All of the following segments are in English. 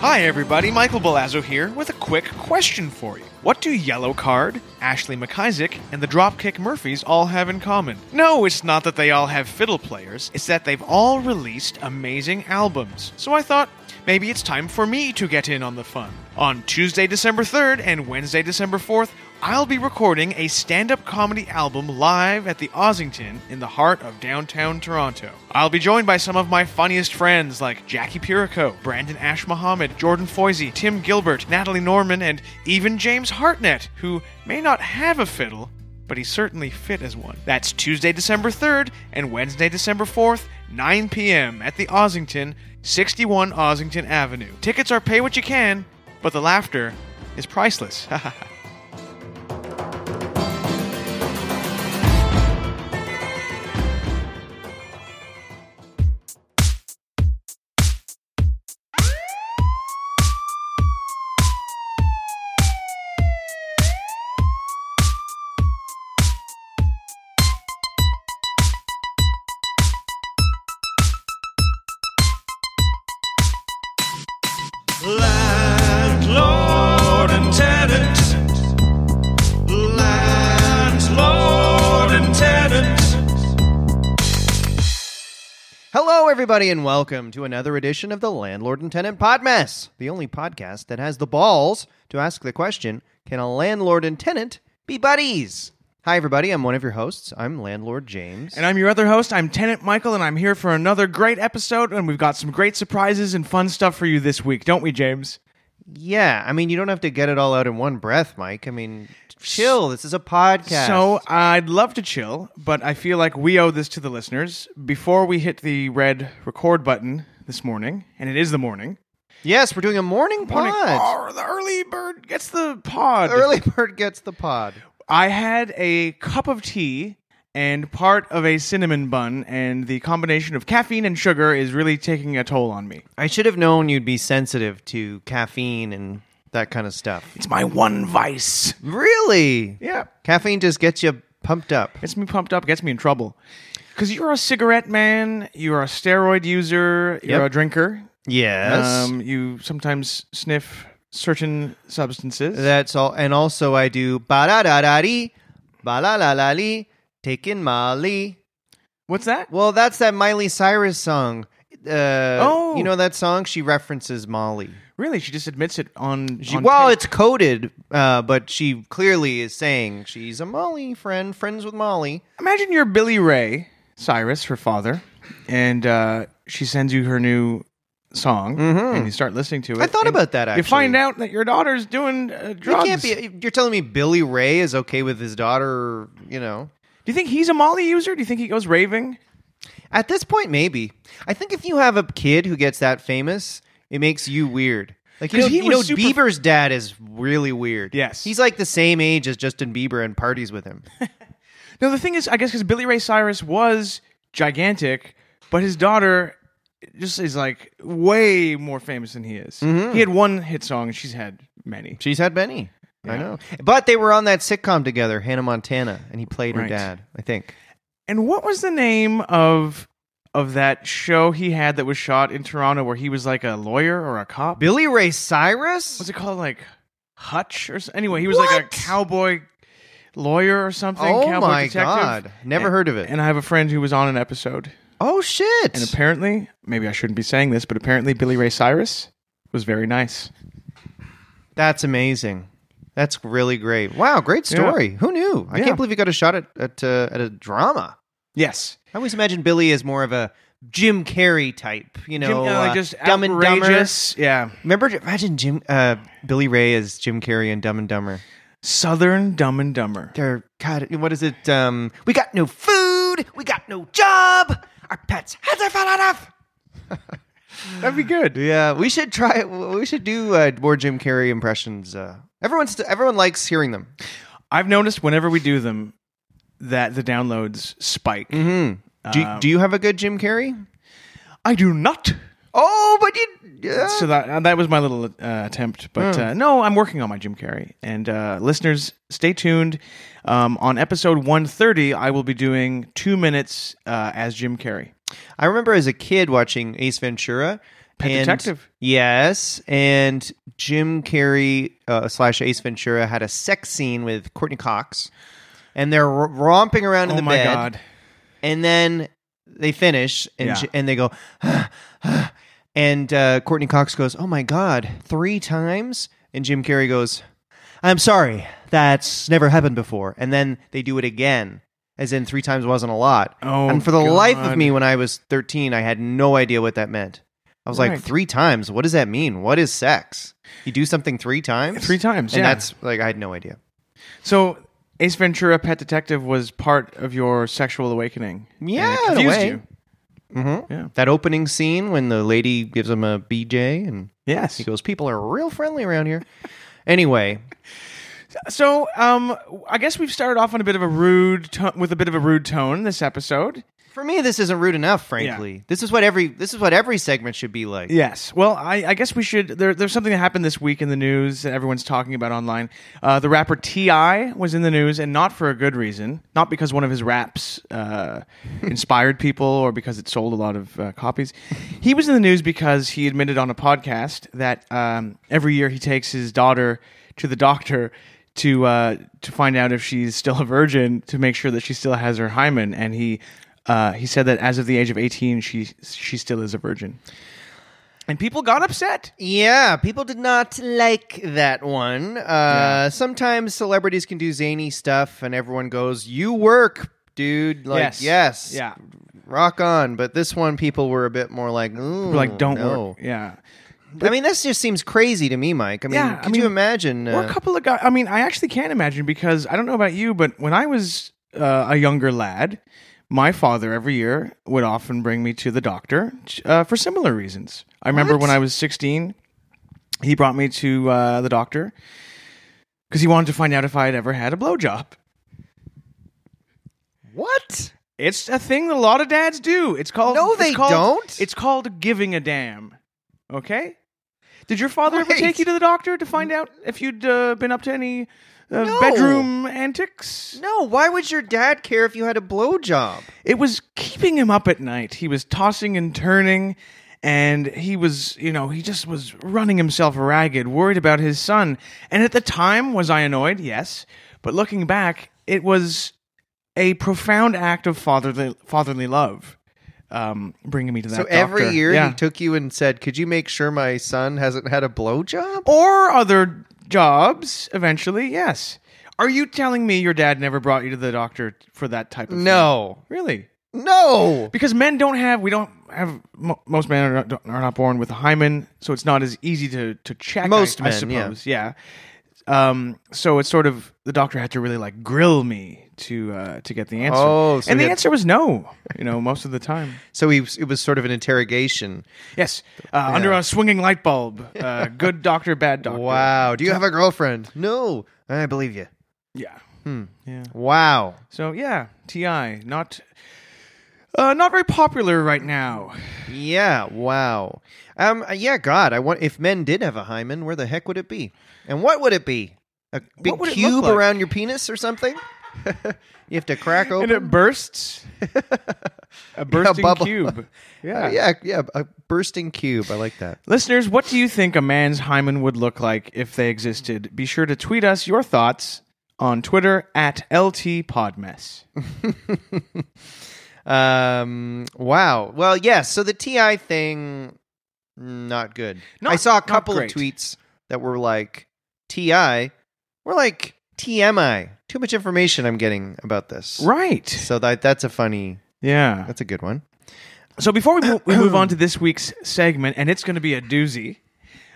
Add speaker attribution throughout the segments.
Speaker 1: Hi, everybody. Michael Belazzo here with a quick question for you. What do Yellow Card, Ashley McIsaac, and the Dropkick Murphys all have in common? No, it's not that they all have fiddle players, it's that they've all released amazing albums. So I thought maybe it's time for me to get in on the fun. On Tuesday, December 3rd and Wednesday, December 4th, I'll be recording a stand up comedy album live at the Ossington in the heart of downtown Toronto. I'll be joined by some of my funniest friends like Jackie Pirico, Brandon Ash Mohammed, Jordan Foisey, Tim Gilbert, Natalie Norman, and even James Hartnett, who may not have a fiddle, but he's certainly fit as one. That's Tuesday, December 3rd and Wednesday, December 4th, 9 p.m. at the Ossington, 61 Ossington Avenue. Tickets are pay what you can, but the laughter is priceless.
Speaker 2: Landlord and tenant. Landlord and tenant.
Speaker 3: Hello, everybody, and welcome to another edition of the Landlord and Tenant Podmess, the only podcast that has the balls to ask the question Can a landlord and tenant be buddies? Hi, everybody. I'm one of your hosts. I'm Landlord James.
Speaker 1: And I'm your other host. I'm Tenant Michael, and I'm here for another great episode. And we've got some great surprises and fun stuff for you this week, don't we, James?
Speaker 3: yeah, I mean, you don't have to get it all out in one breath, Mike. I mean, chill. This is a podcast.
Speaker 1: So I'd love to chill, but I feel like we owe this to the listeners. Before we hit the red record button this morning, and it is the morning.
Speaker 3: yes, we're doing a morning pod.
Speaker 1: Morning. Oh, the early bird gets the pod.
Speaker 3: Early bird gets the pod.
Speaker 1: I had a cup of tea and part of a cinnamon bun, and the combination of caffeine and sugar is really taking a toll on me.
Speaker 3: I should have known you'd be sensitive to caffeine and that kind of stuff.
Speaker 1: It's my one vice.
Speaker 3: Really?
Speaker 1: Yeah.
Speaker 3: Caffeine just gets you pumped up.
Speaker 1: Gets me pumped up, gets me in trouble. Because you're a cigarette man, you're a steroid user, you're a
Speaker 3: Yep.
Speaker 1: drinker.
Speaker 3: Yes.
Speaker 1: Um, you sometimes sniff certain substances.
Speaker 3: That's all. And also, I do ba da da da dee, ba la la la lee, taking Molly.
Speaker 1: What's that?
Speaker 3: Well, that's that Miley Cyrus song. Uh,
Speaker 1: Oh.
Speaker 3: you know that song? She references Molly.
Speaker 1: Really? She just admits it on.
Speaker 3: She,
Speaker 1: on
Speaker 3: well,
Speaker 1: tape.
Speaker 3: it's coded, uh, but she clearly is saying she's a Molly friend, friends with Molly.
Speaker 1: imagine you're Billy Ray Cyrus, her father, and uh, she sends you her new song, and you start listening to it.
Speaker 3: Mm-hmm. I thought
Speaker 1: and
Speaker 3: about that,
Speaker 1: You find
Speaker 3: actually.
Speaker 1: out that your daughter's doing uh,
Speaker 3: You
Speaker 1: drugs.
Speaker 3: can't be. You're telling me Billy Ray is okay with his daughter? You know,
Speaker 1: Do you think he's a Molly user? Do you think he goes raving?
Speaker 3: at this point, maybe. I think if you have a kid who gets that famous, it makes you weird. Like you
Speaker 1: 'Cause
Speaker 3: know,
Speaker 1: he
Speaker 3: you
Speaker 1: was
Speaker 3: know
Speaker 1: super-
Speaker 3: Bieber's dad is really weird.
Speaker 1: Yes.
Speaker 3: he's like the same age as Justin Bieber and parties with him.
Speaker 1: No, the thing is, I guess because Billy Ray Cyrus was gigantic, but his daughter just is like way more famous than he is.
Speaker 3: Mm-hmm.
Speaker 1: He had one hit song, and she's had many.
Speaker 3: She's had Benny. I know, but they were on that sitcom together, Hannah Montana, and he played
Speaker 1: Right.
Speaker 3: her dad. I think
Speaker 1: And what was the name of of that show he had that was shot in Toronto where he was like a lawyer or a cop?
Speaker 3: Billy Ray Cyrus.
Speaker 1: What's it called? Like Hutch or s- anyway, he was like a
Speaker 3: What?
Speaker 1: cowboy lawyer or something.
Speaker 3: Oh
Speaker 1: cowboy
Speaker 3: my
Speaker 1: detective.
Speaker 3: God. Never
Speaker 1: And-
Speaker 3: heard of it.
Speaker 1: And I have a friend who was on an episode.
Speaker 3: oh shit!
Speaker 1: And apparently, maybe I shouldn't be saying this, but apparently Billy Ray Cyrus was very nice.
Speaker 3: That's amazing. That's really great. Wow, great story. Who knew? I
Speaker 1: Yeah.
Speaker 3: can't believe you got a shot at at, uh, at a drama.
Speaker 1: Yes.
Speaker 3: I always imagine Billy as more of a Jim Carrey type, you know,
Speaker 1: Jim- uh, like
Speaker 3: uh,
Speaker 1: just
Speaker 3: Dumb and Dumber.
Speaker 1: outrageous. Yeah.
Speaker 3: Remember, imagine Jim uh, Billy Ray as Jim Carrey and Dumb and Dumber.
Speaker 1: Southern Dumb and Dumber.
Speaker 3: They're God. What is it? Um, we got no food. We got no job. Our pets heads are fat enough.
Speaker 1: That'd be good.
Speaker 3: Yeah, we should try. We should do uh, more Jim Carrey impressions. Uh, everyone's everyone likes hearing them.
Speaker 1: I've noticed whenever we do them that the downloads spike.
Speaker 3: Do,
Speaker 1: Um,
Speaker 3: do you have a good Jim Carrey?
Speaker 1: I do not.
Speaker 3: Oh, but you. Yeah.
Speaker 1: So that uh, that was my little uh, attempt, but uh, no, I'm working on my Jim Carrey. And uh, listeners, stay tuned. Um, on episode 130, I will be doing two minutes uh, as Jim Carrey.
Speaker 3: I remember as a kid watching Ace Ventura,
Speaker 1: Pet
Speaker 3: And-
Speaker 1: Detective.
Speaker 3: Yes, and Jim Carrey uh, slash Ace Ventura had a sex scene with Courtney Cox, and they're r- romping around in
Speaker 1: Oh
Speaker 3: the
Speaker 1: my
Speaker 3: bed,
Speaker 1: god.
Speaker 3: and then they finish, and
Speaker 1: Yeah.
Speaker 3: J- and they go, and uh, Courtney Cox goes, "Oh my god, three times," and Jim Carrey goes, "I'm sorry, that's never happened before," and then they do it again. As in, three times wasn't a lot.
Speaker 1: Oh,
Speaker 3: and for the life of
Speaker 1: God.
Speaker 3: me, when I was 13, I had no idea what that meant. I was like,
Speaker 1: Right.
Speaker 3: three times? What does that mean? What is sex? You do something three times?
Speaker 1: Three times,
Speaker 3: And
Speaker 1: yeah.
Speaker 3: that's like, I had no idea.
Speaker 1: So Ace Ventura Pet Detective was part of your sexual awakening. and it
Speaker 3: Yeah, in a
Speaker 1: confused
Speaker 3: way.
Speaker 1: you.
Speaker 3: Mhm.
Speaker 1: Yeah.
Speaker 3: That opening scene when the lady gives him a BJ and
Speaker 1: Yes.
Speaker 3: he goes, people are real friendly around here. Anyway,
Speaker 1: So, um, I guess we've started off on a bit of a rude to- with a bit of a rude tone this episode.
Speaker 3: for me, this isn't rude enough, frankly. This is what every this is what every segment should be like.
Speaker 1: Yes. Well, I, I guess we should. There, there's something that happened this week in the news that everyone's talking about online. Uh, the rapper Ti was in the news, and not for a good reason. Not because one of his raps uh, inspired people or because it sold a lot of uh, copies. He was in the news because he admitted on a podcast that um, every year he takes his daughter to the doctor to uh, to find out if she's still a virgin to make sure that she still has her hymen, and he. Uh, he said that as of the age of 18 she she still is a virgin and people got upset.
Speaker 3: Yeah, people did not like that one. Uh, Sometimes celebrities can do zany stuff, and everyone goes, "You work, dude." Like, yes, Mm,
Speaker 1: Yeah.
Speaker 3: rock on. But this one, people were a bit more like, Ooh,
Speaker 1: Like, don't
Speaker 3: no."
Speaker 1: work. Yeah.
Speaker 3: I mean, this just seems crazy to me, Mike. I mean,
Speaker 1: Yeah, I
Speaker 3: could you
Speaker 1: mean,
Speaker 3: imagine? uh,
Speaker 1: Or a couple of guys. I mean, I actually can't imagine because I don't know about you, but when I was uh, a younger lad, my father every year would often bring me to the doctor uh, for similar reasons. I remember
Speaker 3: What?
Speaker 1: when I was 16, he brought me to uh, the doctor because he wanted to find out if I had ever had a blowjob.
Speaker 3: what?
Speaker 1: It's a thing that a lot of dads do. It's called
Speaker 3: No,
Speaker 1: it's
Speaker 3: they
Speaker 1: called-
Speaker 3: don't.
Speaker 1: It's called giving a damn. Okay. Did your father ever
Speaker 3: Wait.
Speaker 1: take you to the doctor to find out if you'd uh, been up to any uh,
Speaker 3: No.
Speaker 1: bedroom antics?
Speaker 3: No, why would your dad care if you had a blowjob?
Speaker 1: It was keeping him up at night. He was tossing and turning, and he was, you know, he just was running himself ragged, worried about his son. And at the time, was I annoyed? Yes. But looking back, it was a profound act of fatherly, fatherly love. Um, bringing me to that.
Speaker 3: So every
Speaker 1: doctor.
Speaker 3: year
Speaker 1: Yeah.
Speaker 3: he took you and said, "Could you make sure my son hasn't had a blowjob?"
Speaker 1: or other jobs eventually. Yes. Are you telling me your dad never brought you to the doctor for that type of
Speaker 3: No,
Speaker 1: thing? really?
Speaker 3: no.
Speaker 1: because men don't have we don't have mo- most men are not, are not born with a hymen so it's not as easy to to check I-
Speaker 3: Most
Speaker 1: I,
Speaker 3: men, yeah.
Speaker 1: suppose yeah, Um, so it's sort of the doctor had to really like grill me to uh, to get the answer.
Speaker 3: Oh, so
Speaker 1: and
Speaker 3: he
Speaker 1: the
Speaker 3: had-
Speaker 1: answer was no. You know, most of the time.
Speaker 3: So he was, it was sort of an interrogation.
Speaker 1: Yes, uh, under a swinging light bulb. Uh, good doctor, bad doctor.
Speaker 3: Wow. Do you have a girlfriend? No. I believe you.
Speaker 1: Yeah. Yeah.
Speaker 3: Wow.
Speaker 1: So yeah, Ti not uh, not very popular right now.
Speaker 3: Yeah. Wow. Um. Yeah. God. I want if men did have a hymen, where the heck would it be? And what would it be? A big
Speaker 1: would it look
Speaker 3: cube
Speaker 1: like?
Speaker 3: around your penis or something? you have to crack
Speaker 1: And
Speaker 3: open.
Speaker 1: it bursts. A bursting
Speaker 3: bubble.
Speaker 1: cube.
Speaker 3: Uh, yeah. Yeah. A bursting cube. I like that.
Speaker 1: Listeners, what do you think a man's hymen would look like if they existed? Be sure to tweet us your thoughts on Twitter at LTPodmess.
Speaker 3: Um. Wow. Well. Yes. so the Ti thing, not good.
Speaker 1: Not-
Speaker 3: I saw a
Speaker 1: not
Speaker 3: couple of
Speaker 1: great.
Speaker 3: tweets that were like Ti. We're like TMI. Too much information I'm getting about this.
Speaker 1: Right.
Speaker 3: So that that's a funny.
Speaker 1: Yeah.
Speaker 3: That's a good one.
Speaker 1: So before we, mo- we move on to this week's segment, and it's going to be a doozy,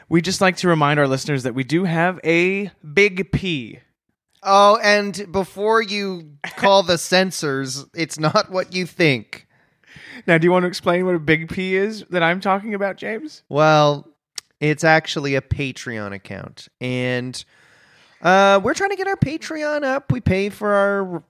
Speaker 1: we just like to remind our listeners that we do have a big P.
Speaker 3: Oh, and before you call the censors, it's not what you think.
Speaker 1: Now, do you want to explain what a big P is that I'm talking about, James?
Speaker 3: Well, it's actually a Patreon account, and uh, we're trying to get our Patreon up. We pay for our,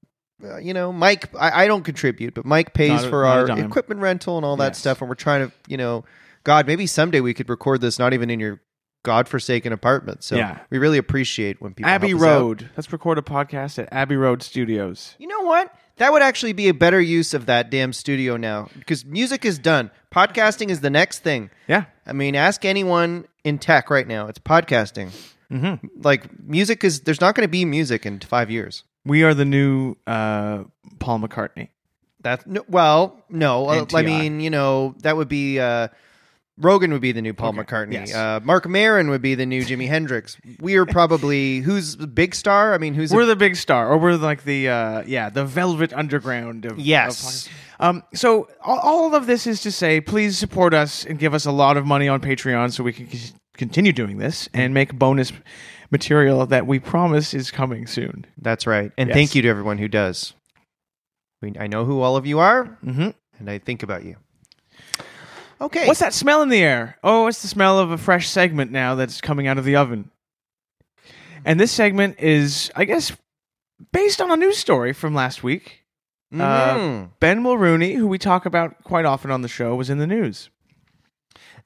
Speaker 3: uh, you know, Mike. I, I don't contribute, but Mike pays
Speaker 1: Not a- not
Speaker 3: for
Speaker 1: a
Speaker 3: our
Speaker 1: dime.
Speaker 3: equipment rental and all that
Speaker 1: Yes.
Speaker 3: stuff. And we're trying to, you know, God, maybe someday we could record this not even in your godforsaken apartment. So
Speaker 1: Yeah.
Speaker 3: we really appreciate when people
Speaker 1: Abbey
Speaker 3: help us out.
Speaker 1: Road. Let's record a podcast at Abbey Road Studios.
Speaker 3: You know what? That would actually be a better use of that damn studio now because music is done. Podcasting is the next thing.
Speaker 1: Yeah.
Speaker 3: I mean, ask anyone in tech right now. It's podcasting. Mm-hmm. Like music is there's not going to be music in five years.
Speaker 1: We are the new uh, Paul McCartney.
Speaker 3: That no, well, no. uh,
Speaker 1: And
Speaker 3: I
Speaker 1: TI.
Speaker 3: mean, you know, that would be uh, Rogan would be the new Paul McCartney.
Speaker 1: yes.
Speaker 3: Uh, Mark Maron would be the new Jimi Hendrix. We are probably who's the big star. I mean, who's
Speaker 1: We're
Speaker 3: a,
Speaker 1: the big star, or we're like the uh, yeah, the Velvet Underground of
Speaker 3: Yes.
Speaker 1: of podcasts. um, so all, all of this is to say, please support us and give us a lot of money on Patreon so we can c- continue doing this and make bonus material that we promise is coming soon.
Speaker 3: that's right. And
Speaker 1: Yes.
Speaker 3: thank you to everyone who does. We, I know who all of you are,
Speaker 1: Mhm.
Speaker 3: and I think about you. Okay,
Speaker 1: What's that smell in the air? Oh, it's the smell of a fresh segment now that's coming out of the oven. And this segment is, I guess, based on a news story from last week. Uh,
Speaker 3: Mhm.
Speaker 1: Ben Mulrooney, who we talk about quite often on the show, was in the news.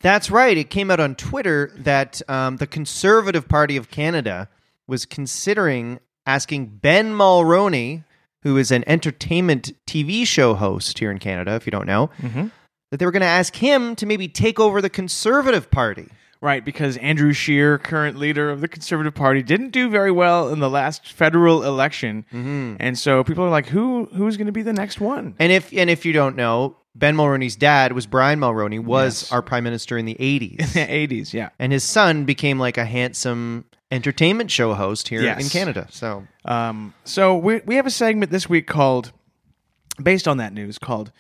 Speaker 3: That's right. It came out on Twitter that um, the Conservative Party of Canada was considering asking Ben Mulroney, who is an entertainment TV show host here in Canada, if you don't know,
Speaker 1: Mm-hmm.
Speaker 3: that they were going to ask him to maybe take over the Conservative Party.
Speaker 1: Right, because Andrew Scheer, current leader of the Conservative Party, didn't do very well in the last federal election. And so people are like, who who's going to be the next one?
Speaker 3: And if and if you don't know, Ben Mulroney's dad was Brian Mulroney, was
Speaker 1: Yes.
Speaker 3: our prime minister in the eighties,
Speaker 1: In the 80s, yeah.
Speaker 3: and his son became like a handsome entertainment show host here
Speaker 1: Yes.
Speaker 3: in Canada. So
Speaker 1: Um, so we we have a segment this week called, based on that news, called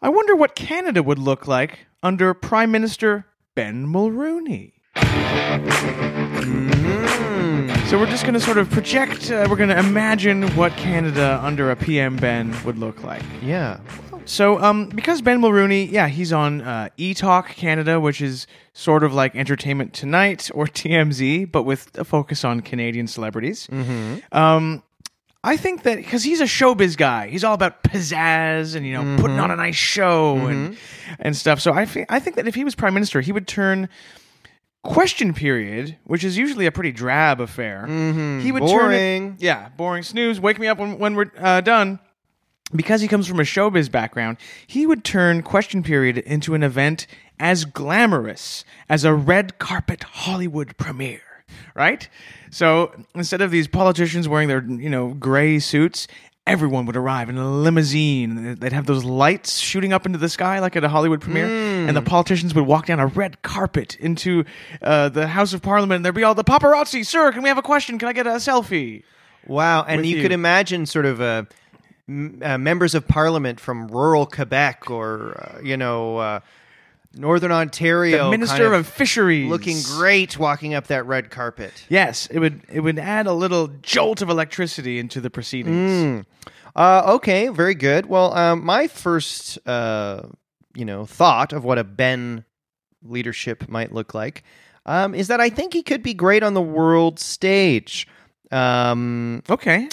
Speaker 1: "I Wonder What Canada Would Look Like Under Prime Minister Ben Mulrooney." So we're just going to sort of project. Uh, we're going to imagine what Canada under a PM Ben would look like.
Speaker 3: yeah,
Speaker 1: So, um, because Ben Mulrooney, yeah, he's on uh, eTalk Canada, which is sort of like Entertainment Tonight or TMZ, but with a focus on Canadian celebrities. Um, I think that because he's a showbiz guy, he's all about pizzazz and you know putting on a nice show and and stuff. So I thi- I think that if he was prime minister, he would turn question period, which is usually a pretty drab affair, he would turn
Speaker 3: Boring.
Speaker 1: it, yeah, boring snooze. Wake me up when when we're uh, done because he comes from a showbiz background, he would turn Question Period into an event as glamorous as a red carpet Hollywood premiere. Right? So instead of these politicians wearing their, you know, gray suits, everyone would arrive in a limousine. They'd have those lights shooting up into the sky like at a Hollywood premiere.
Speaker 3: Hmm.
Speaker 1: And the politicians would walk down a red carpet into uh, the House of Parliament. And there'd be all the paparazzi, sir, can we have a question? Can I get a selfie?
Speaker 3: Wow, and
Speaker 1: with
Speaker 3: you,
Speaker 1: you.
Speaker 3: could imagine sort of uh, m- uh, members of parliament from rural Quebec or uh, you know uh, northern Ontario, Oh, kind
Speaker 1: Minister of, Fisheries.
Speaker 3: looking great, walking up that red carpet.
Speaker 1: Yes, it would it would add a little jolt of electricity into the proceedings.
Speaker 3: Uh, okay, very good. Well, um, my first uh, you know thought of what a Ben leadership might look like um, is that I think he could be great on the world stage. Um,
Speaker 1: Okay.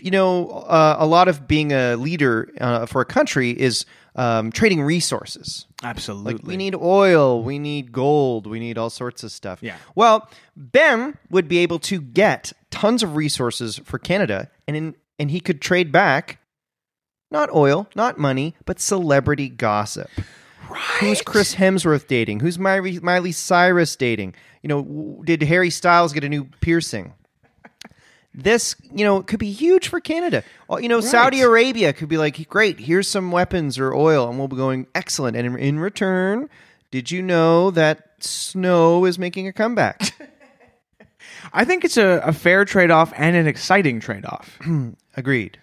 Speaker 3: you know, uh, a lot of being a leader uh, for a country is um, trading resources.
Speaker 1: Absolutely.
Speaker 3: Like we need oil, we need gold, we need all sorts of stuff.
Speaker 1: Yeah.
Speaker 3: Well, Ben would be able to get tons of resources for Canada, and in, and he could trade back not oil, not money, but celebrity gossip. Who's Chris Hemsworth dating? Who's Miley, Miley Cyrus dating? You know, w- did Harry Styles get a new piercing? This, you know, could be huge for Canada. Uh, You know, Saudi Arabia could be like, great, here's some weapons or oil, and we'll be going, excellent. And in, in return, did you know that snow is making a comeback?
Speaker 1: I think it's a, a fair trade off and an exciting trade off.
Speaker 3: Agreed.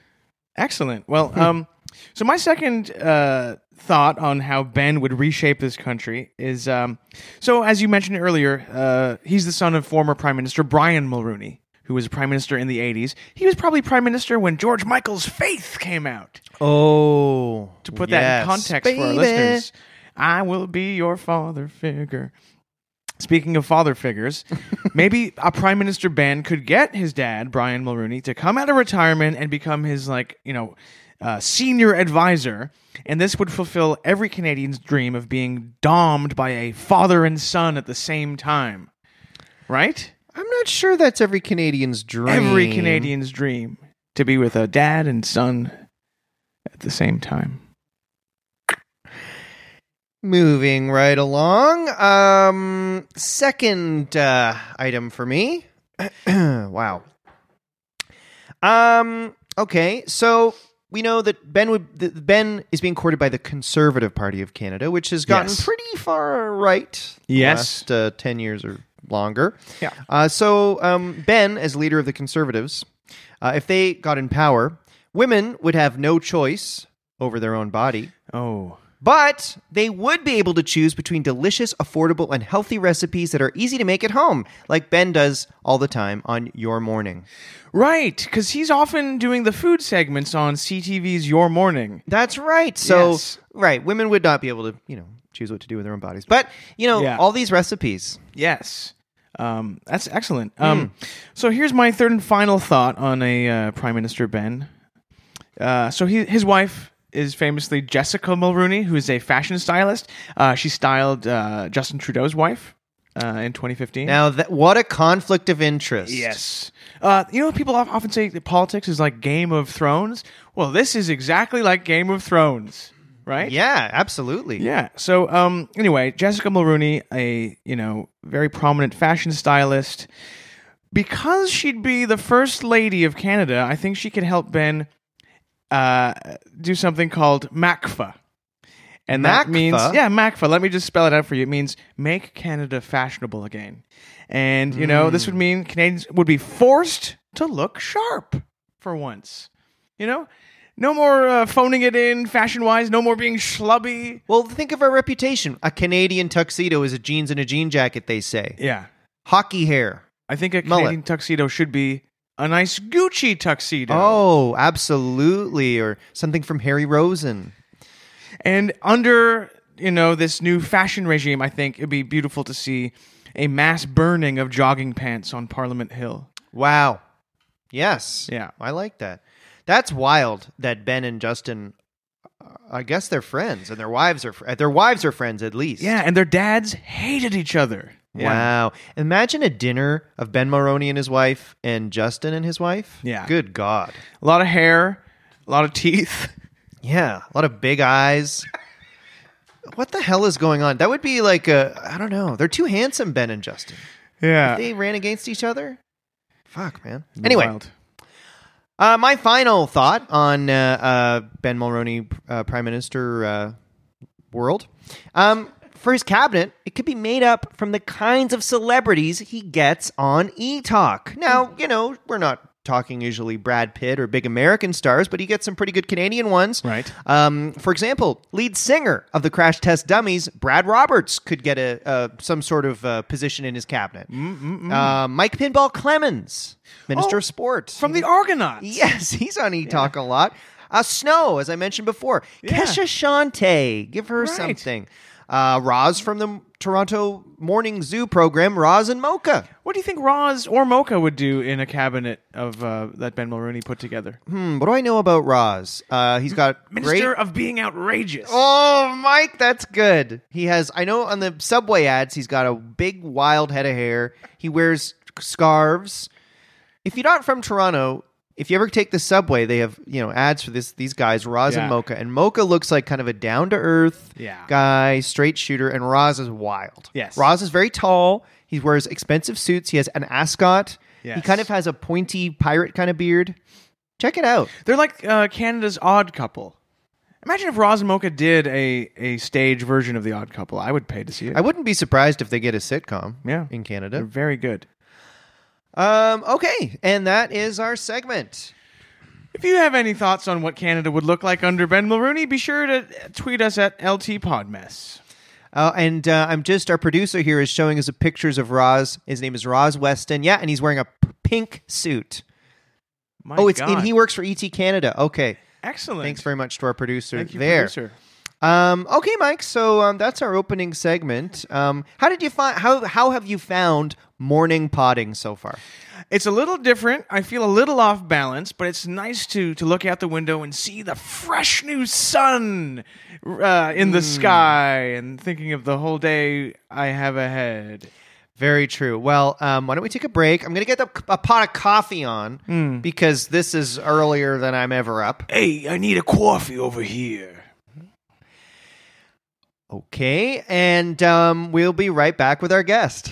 Speaker 1: Excellent. Well, um, so my second uh, thought on how Ben would reshape this country is um, so, as you mentioned earlier, uh, he's the son of former Prime Minister Brian Mulrooney, who was Prime Minister in the 80s. He was probably Prime Minister when George Michael's Faith came out.
Speaker 3: Oh.
Speaker 1: to put that in context for our listeners. I will be your father figure. Speaking of father figures, maybe a prime minister Ben could get his dad Brian Mulrooney to come out of retirement and become his like you know uh, senior advisor, and this would fulfill every Canadian's dream of being domed by a father and son at the same time, right?
Speaker 3: I'm not sure that's every Canadian's dream.
Speaker 1: Every Canadian's dream to be with a dad and son at the same time.
Speaker 3: Moving right along. Um, second uh, item for me. wow. Um. Okay. So we know that Ben would that Ben is being courted by the Conservative Party of Canada, which has gotten
Speaker 1: Yes.
Speaker 3: pretty far right. the
Speaker 1: Yes.
Speaker 3: Last, uh, Ten years or longer.
Speaker 1: Yeah.
Speaker 3: Uh, so um, Ben, as leader of the Conservatives, uh, if they got in power, women would have no choice over their own body.
Speaker 1: Oh.
Speaker 3: But they would be able to choose between delicious, affordable, and healthy recipes that are easy to make at home, like Ben does all the time on Your Morning.
Speaker 1: Right, because he's often doing the food segments on CTV's Your Morning.
Speaker 3: That's right. So,
Speaker 1: Yes.
Speaker 3: right, women would not be able to, you know, choose what to do with their own bodies. But, you know,
Speaker 1: Yeah.
Speaker 3: all these recipes.
Speaker 1: Yes. Um, that's excellent. Um, So here's my third and final thought on a uh, Prime Minister Ben. Uh, so he, his wife is famously Jessica Mulrooney, who is a fashion stylist. Uh, she styled uh, Justin Trudeau's wife uh, in 2015.
Speaker 3: Now, that, what a conflict of interest.
Speaker 1: Yes. Uh, you know, people of- often say that politics is like Game of Thrones. Well, this is exactly like Game of Thrones, right?
Speaker 3: Yeah, absolutely.
Speaker 1: Yeah. So, um, anyway, Jessica Mulrooney, a you know very prominent fashion stylist, because she'd be the first lady of Canada, I think she could help Ben uh, do something called MACFA. And that
Speaker 3: MACFA?
Speaker 1: means yeah, MACFA. Let me just spell it out for you. It means make Canada fashionable again. And you know, this would mean Canadians would be forced to look sharp for once. You know, no more uh, phoning it in fashion-wise, no more being schlubby.
Speaker 3: Well, think of our reputation. A Canadian tuxedo is a jeans and a jean jacket, they say.
Speaker 1: Yeah.
Speaker 3: Hockey hair.
Speaker 1: I think a
Speaker 3: Mullet.
Speaker 1: Canadian tuxedo should be a nice Gucci tuxedo.
Speaker 3: Oh, absolutely. Or something from Harry Rosen.
Speaker 1: And under, you know, this new fashion regime, I think it'd be beautiful to see a mass burning of jogging pants on Parliament Hill.
Speaker 3: Wow. Yes.
Speaker 1: Yeah.
Speaker 3: I like that. That's wild that Ben and Justin uh, I guess they're friends and their wives are fr- uh, their wives are friends at least.
Speaker 1: Yeah, and their dads hated each other. Yeah.
Speaker 3: Wow. Imagine a dinner of Ben Maroney and his wife and Justin and his wife.
Speaker 1: Yeah.
Speaker 3: Good god.
Speaker 1: A lot of hair, a lot of teeth.
Speaker 3: Yeah, a lot of big eyes. What the hell is going on? That would be like a I don't know. They're too handsome Ben and Justin.
Speaker 1: Yeah.
Speaker 3: They ran against each other? Fuck, man.
Speaker 1: It'd be
Speaker 3: Anyway,
Speaker 1: wild.
Speaker 3: Uh, my final thought on uh, uh, Ben Mulroney, uh, Prime Minister uh, world. Um, for his cabinet, it could be made up from the kinds of celebrities he gets on E Talk. Now, you know, we're not talking usually Brad Pitt or big American stars, but he gets some pretty good Canadian ones.
Speaker 1: Right.
Speaker 3: Um, for example, lead singer of the Crash Test Dummies, Brad Roberts, could get a, a some sort of uh, position in his cabinet. Uh, Mike Pinball Clemens, Minister
Speaker 1: Mm, Oh,
Speaker 3: of Sports
Speaker 1: From the Argonauts.
Speaker 3: Yes, he's on E Talk a lot. Uh, Snow, as I mentioned before.
Speaker 1: Yeah.
Speaker 3: Kesha Shante, give her
Speaker 1: Right.
Speaker 3: something. Uh, Roz from the Toronto Morning Zoo program, Roz and Mocha.
Speaker 1: What do you think Roz or Mocha would do in a cabinet of uh, that Ben Mulrooney put together?
Speaker 3: Hmm, what do I know about Roz? Uh, he's got great.
Speaker 1: Minister of being outrageous.
Speaker 3: Oh, Mike, that's good. He has. I know on the subway ads, he's got a big wild head of hair. He wears scarves. If you're not from Toronto, if you ever take the subway, they have you know ads for this these guys, Roz
Speaker 1: Yeah.
Speaker 3: and Mocha, and Mocha looks like kind of a down to earth
Speaker 1: Yeah.
Speaker 3: guy, straight shooter, and Roz is wild.
Speaker 1: Yes.
Speaker 3: Roz is very tall. He wears expensive suits. He has an ascot. He
Speaker 1: Yes.
Speaker 3: kind of has a pointy pirate kind of beard. Check it out.
Speaker 1: They're like uh, Canada's Odd Couple. Imagine if Roz and Mocha did a, a stage version of the Odd Couple. I would pay to see it.
Speaker 3: I wouldn't be surprised if they get a sitcom.
Speaker 1: Yeah.
Speaker 3: in Canada.
Speaker 1: They're very good.
Speaker 3: Um, okay, and that is our segment.
Speaker 1: If you have any thoughts on what Canada would look like under Ben Mulrooney, be sure to tweet us at LTPodmess.
Speaker 3: Uh, and uh, I'm just our producer here is showing us the pictures of Roz. His name is Roz Weston. Yeah, and he's wearing a p- pink suit.
Speaker 1: My
Speaker 3: oh, it's
Speaker 1: God.
Speaker 3: and he works for ET Canada. Okay,
Speaker 1: Excellent.
Speaker 3: thanks very much to our producer
Speaker 1: Thank you,
Speaker 3: there.
Speaker 1: producer.
Speaker 3: Um, okay, Mike. So um, that's our opening segment. Um, how did you find? How how have you found morning potting so far?
Speaker 1: It's a little different. I feel a little off balance, but it's nice to to look out the window and see the fresh new sun
Speaker 3: Hmm.
Speaker 1: uh, in the sky and thinking of the whole day I have ahead.
Speaker 3: Very true. Well, um, why don't we take a break? I'm going to get the, a pot of coffee on because this is earlier than I'm ever up.
Speaker 1: Hey, I need a coffee over here.
Speaker 3: Okay. And um, we'll be right back with our guest.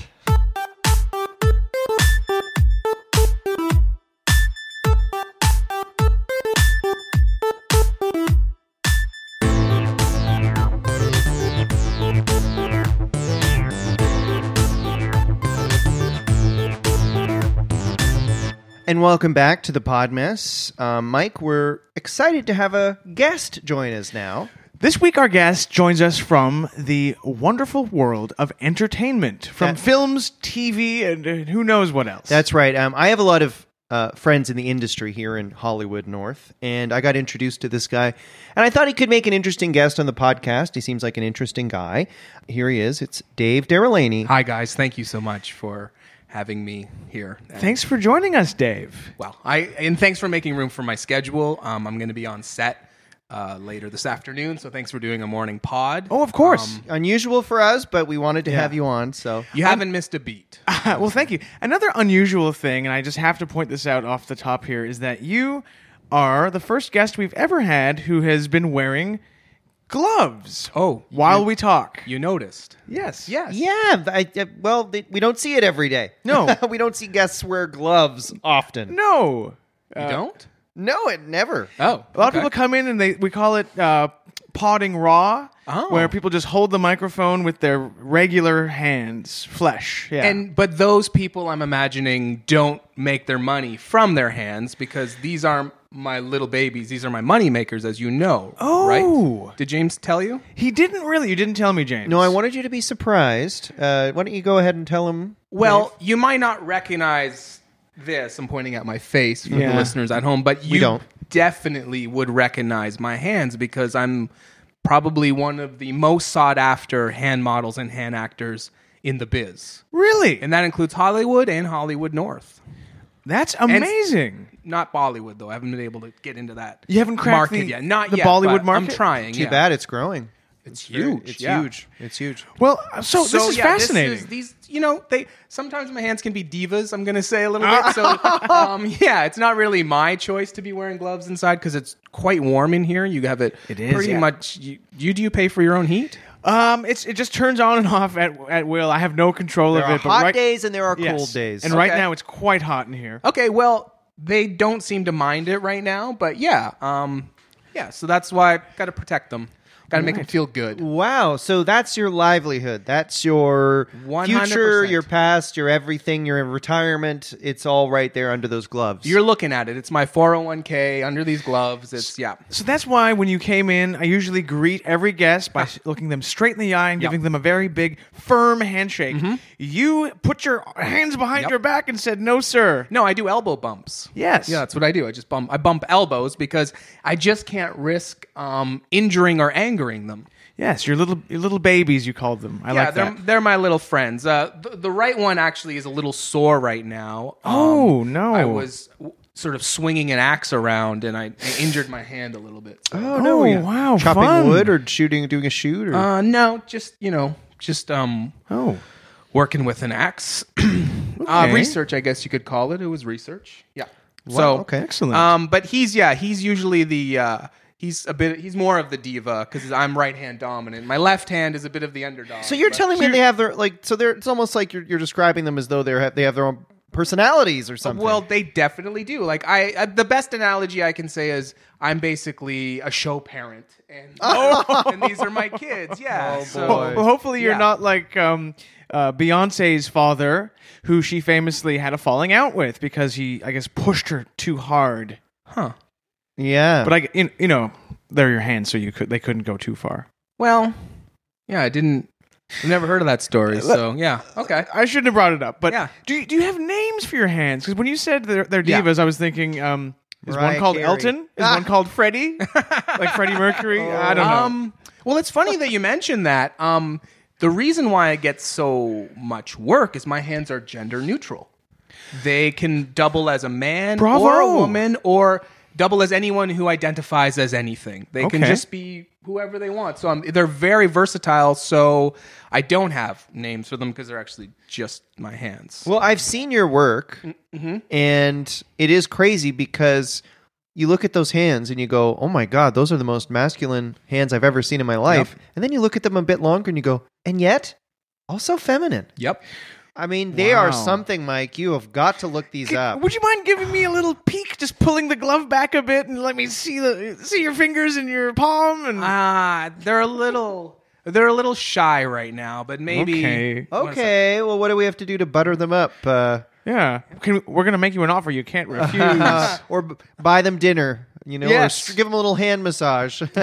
Speaker 3: And welcome back to the Podmess. Um, Mike, we're excited to have a guest join us now.
Speaker 1: This week, our guest joins us from the wonderful world of entertainment, from
Speaker 3: That-
Speaker 1: films, TV, and, and who knows what else.
Speaker 3: That's right. Um, I have a lot of uh, friends in the industry here in Hollywood North, and I got introduced to this guy, and I thought he could make an interesting guest on the podcast. He seems like an interesting guy. Here he is. It's Dave Derelani.
Speaker 4: Hi, guys. Thank you so much for having me here. And-
Speaker 1: Thanks for joining us, Dave.
Speaker 4: Wow. I and thanks for making room for my schedule. Um, I'm going to be on set uh, later this afternoon, so thanks for doing a morning pod.
Speaker 1: Oh, of course.
Speaker 3: Unusual for us, but we wanted to have you on. So
Speaker 4: you haven't missed a beat.
Speaker 1: Um, well, thank you. Another unusual thing, and I just have to point this out off the top here, is that you are the first guest we've ever had who has been wearing gloves.
Speaker 4: Oh,
Speaker 1: while
Speaker 4: you-
Speaker 1: we talk.
Speaker 4: You noticed.
Speaker 1: yes.
Speaker 4: Yes.
Speaker 3: yeah, I, I- well, th- we don't see it every day.
Speaker 1: No.
Speaker 3: we don't see guests wear gloves often.
Speaker 1: No.
Speaker 4: You don't?
Speaker 3: No, it never.
Speaker 4: Oh.
Speaker 1: Uh, A lot
Speaker 4: okay.
Speaker 1: of people come in and they we call it uh, potting raw,
Speaker 4: Oh.
Speaker 1: where people just hold the microphone with their regular hands, flesh. Yeah.
Speaker 4: And but those people I'm imagining don't make their money from their hands because these aren't my little babies. These are my money makers, as you know.
Speaker 1: Oh.
Speaker 4: Right? Did James tell you?
Speaker 1: he didn't really. You didn't tell me, James.
Speaker 3: No, I wanted you to be surprised. Uh, why don't you go ahead and tell him?
Speaker 4: Well, you might not recognize this. I'm pointing at my face for
Speaker 1: Yeah.
Speaker 4: the listeners at home, but you
Speaker 3: don't.
Speaker 4: definitely would recognize my hands because I'm probably one of the most sought after hand models and hand actors in the biz.
Speaker 1: really.
Speaker 4: And that includes Hollywood and Hollywood North.
Speaker 1: That's amazing.
Speaker 4: Not Bollywood though. I haven't been able to get into that.
Speaker 1: You haven't cracked
Speaker 4: market
Speaker 1: the-
Speaker 4: yet. Not
Speaker 1: the
Speaker 4: yet.
Speaker 1: Bollywood
Speaker 4: but
Speaker 1: market?
Speaker 4: I'm trying.
Speaker 3: Too
Speaker 4: yeah.
Speaker 3: bad it's growing.
Speaker 4: It's
Speaker 3: very-
Speaker 4: huge.
Speaker 3: It's
Speaker 4: yeah.
Speaker 3: huge. It's huge.
Speaker 1: well, uh, so, this is
Speaker 4: yeah,
Speaker 1: fascinating.
Speaker 4: Oh, is- these, you know, they sometimes my hands can be divas. I'm gonna say a little bit. So, um, yeah, it's not really my choice to be wearing gloves inside because it's quite warm in here. You have it.
Speaker 1: It is,
Speaker 4: pretty
Speaker 1: yeah.
Speaker 4: much. You, you do you pay for your own heat?
Speaker 1: Um, it's it just turns on and off at at will. I have no control
Speaker 3: There
Speaker 1: of
Speaker 3: are
Speaker 1: it. but
Speaker 3: hot
Speaker 1: right-
Speaker 3: days and there are
Speaker 1: yes.
Speaker 3: cold days.
Speaker 1: and right
Speaker 4: Okay.
Speaker 1: now it's quite hot in here.
Speaker 4: Okay, well, they don't seem to mind it right now, but yeah, um, yeah. So that's why I got to protect them. Got to make them feel good.
Speaker 3: Wow. So that's your livelihood. That's your future,
Speaker 4: 100%.
Speaker 3: your past, your everything, your retirement. It's all right there under those gloves.
Speaker 4: You're looking at it. It's my 401k under these gloves. It's yeah.
Speaker 1: So that's why when you came in, I usually greet every guest by s- looking them straight in the eye and
Speaker 4: Yep.
Speaker 1: giving them a very big, firm handshake. You put your hands behind
Speaker 4: Mm-hmm. Yep.
Speaker 1: your back and said, "No, sir."
Speaker 4: No, I do elbow bumps.
Speaker 1: Yes.
Speaker 4: Yeah, that's what I do. I just bump. I bump elbows because I just can't risk um, injuring or angering them.
Speaker 1: Yes, your little your little babies, you called them. I
Speaker 4: yeah,
Speaker 1: like
Speaker 4: they're
Speaker 1: that.
Speaker 4: they're my little friends. Uh, the, the right one actually is a little sore right now. Um,
Speaker 1: Oh, no.
Speaker 4: I was w- sort of swinging an axe around and I, I injured my hand a little bit. so-
Speaker 3: oh, no,
Speaker 1: Oh,
Speaker 3: yeah.
Speaker 1: wow,
Speaker 3: Chopping
Speaker 1: fun.
Speaker 3: wood or shooting, doing a shoot or
Speaker 4: Uh, no, just you know, just um,
Speaker 1: Oh,
Speaker 4: working with an axe. uh,
Speaker 1: Okay.
Speaker 4: research, I guess you could call it. It was research. Yeah. so
Speaker 3: okay.
Speaker 1: excellent.
Speaker 4: Um, but he's yeah, he's usually the uh, he's a bit he's more of the diva because I'm right hand dominant. My left hand is a bit of the underdog.
Speaker 3: So you're
Speaker 4: but-
Speaker 3: telling me they have their like. So they're. It's almost like you're, you're describing them as though they're ha- they have their own personalities or something.
Speaker 4: well, they definitely do. Like I, uh, the best analogy I can say is I'm basically a show parent, and,
Speaker 3: Oh.
Speaker 4: and these are my kids. Yeah. so-
Speaker 3: boy.
Speaker 1: well, hopefully you're
Speaker 4: Yeah.
Speaker 1: not like um, uh, Beyonce's father, who she famously had a falling out with because he, I guess, pushed her too hard.
Speaker 3: yeah.
Speaker 1: But I, you, you know, they're your hands, so you could they couldn't go too far.
Speaker 4: Well, yeah, I didn't. I've never heard of that story. So yeah, okay.
Speaker 1: I shouldn't have brought it up, but
Speaker 4: Yeah.
Speaker 1: do you, do you have names for your hands? Because when you said they're, they're
Speaker 4: Yeah.
Speaker 1: divas, I was thinking, um, is
Speaker 3: Mariah
Speaker 1: one called
Speaker 3: Carey.
Speaker 1: Elton? Is one called Freddie? like Freddie Mercury? I don't know.
Speaker 4: Um, well, it's funny that you mentioned that. Um, the reason why I get so much work is my hands are gender neutral. They can double as a man
Speaker 1: Bravo.
Speaker 4: or a woman, or double as anyone who identifies as anything. They can
Speaker 1: Okay.
Speaker 4: just be whoever they want. So I'm, they're very versatile. So I don't have names for them because they're actually just my hands.
Speaker 3: Well, I've seen your work, and it is crazy because you look at those hands and you go, "Oh my god, those are the most masculine hands I've ever seen in my life." And then you look at them a bit longer and you go, "And yet, also feminine."
Speaker 4: yep.
Speaker 3: I mean, they are
Speaker 4: Wow.
Speaker 3: something, Mike. You have got to look these
Speaker 1: Could-
Speaker 3: up.
Speaker 1: Would you mind giving me a little peek, just pulling the glove back a bit, and let me see the see your fingers and your palm? And
Speaker 4: Ah, they're a little they're a little shy right now, but maybe
Speaker 1: Okay.
Speaker 3: Okay, well, what do we have to do to butter them up, uh,
Speaker 1: yeah, Can- we're gonna make you an offer you can't refuse.
Speaker 3: uh, or b- buy them dinner? You know,
Speaker 4: Yes.
Speaker 3: or s- give them a little hand massage.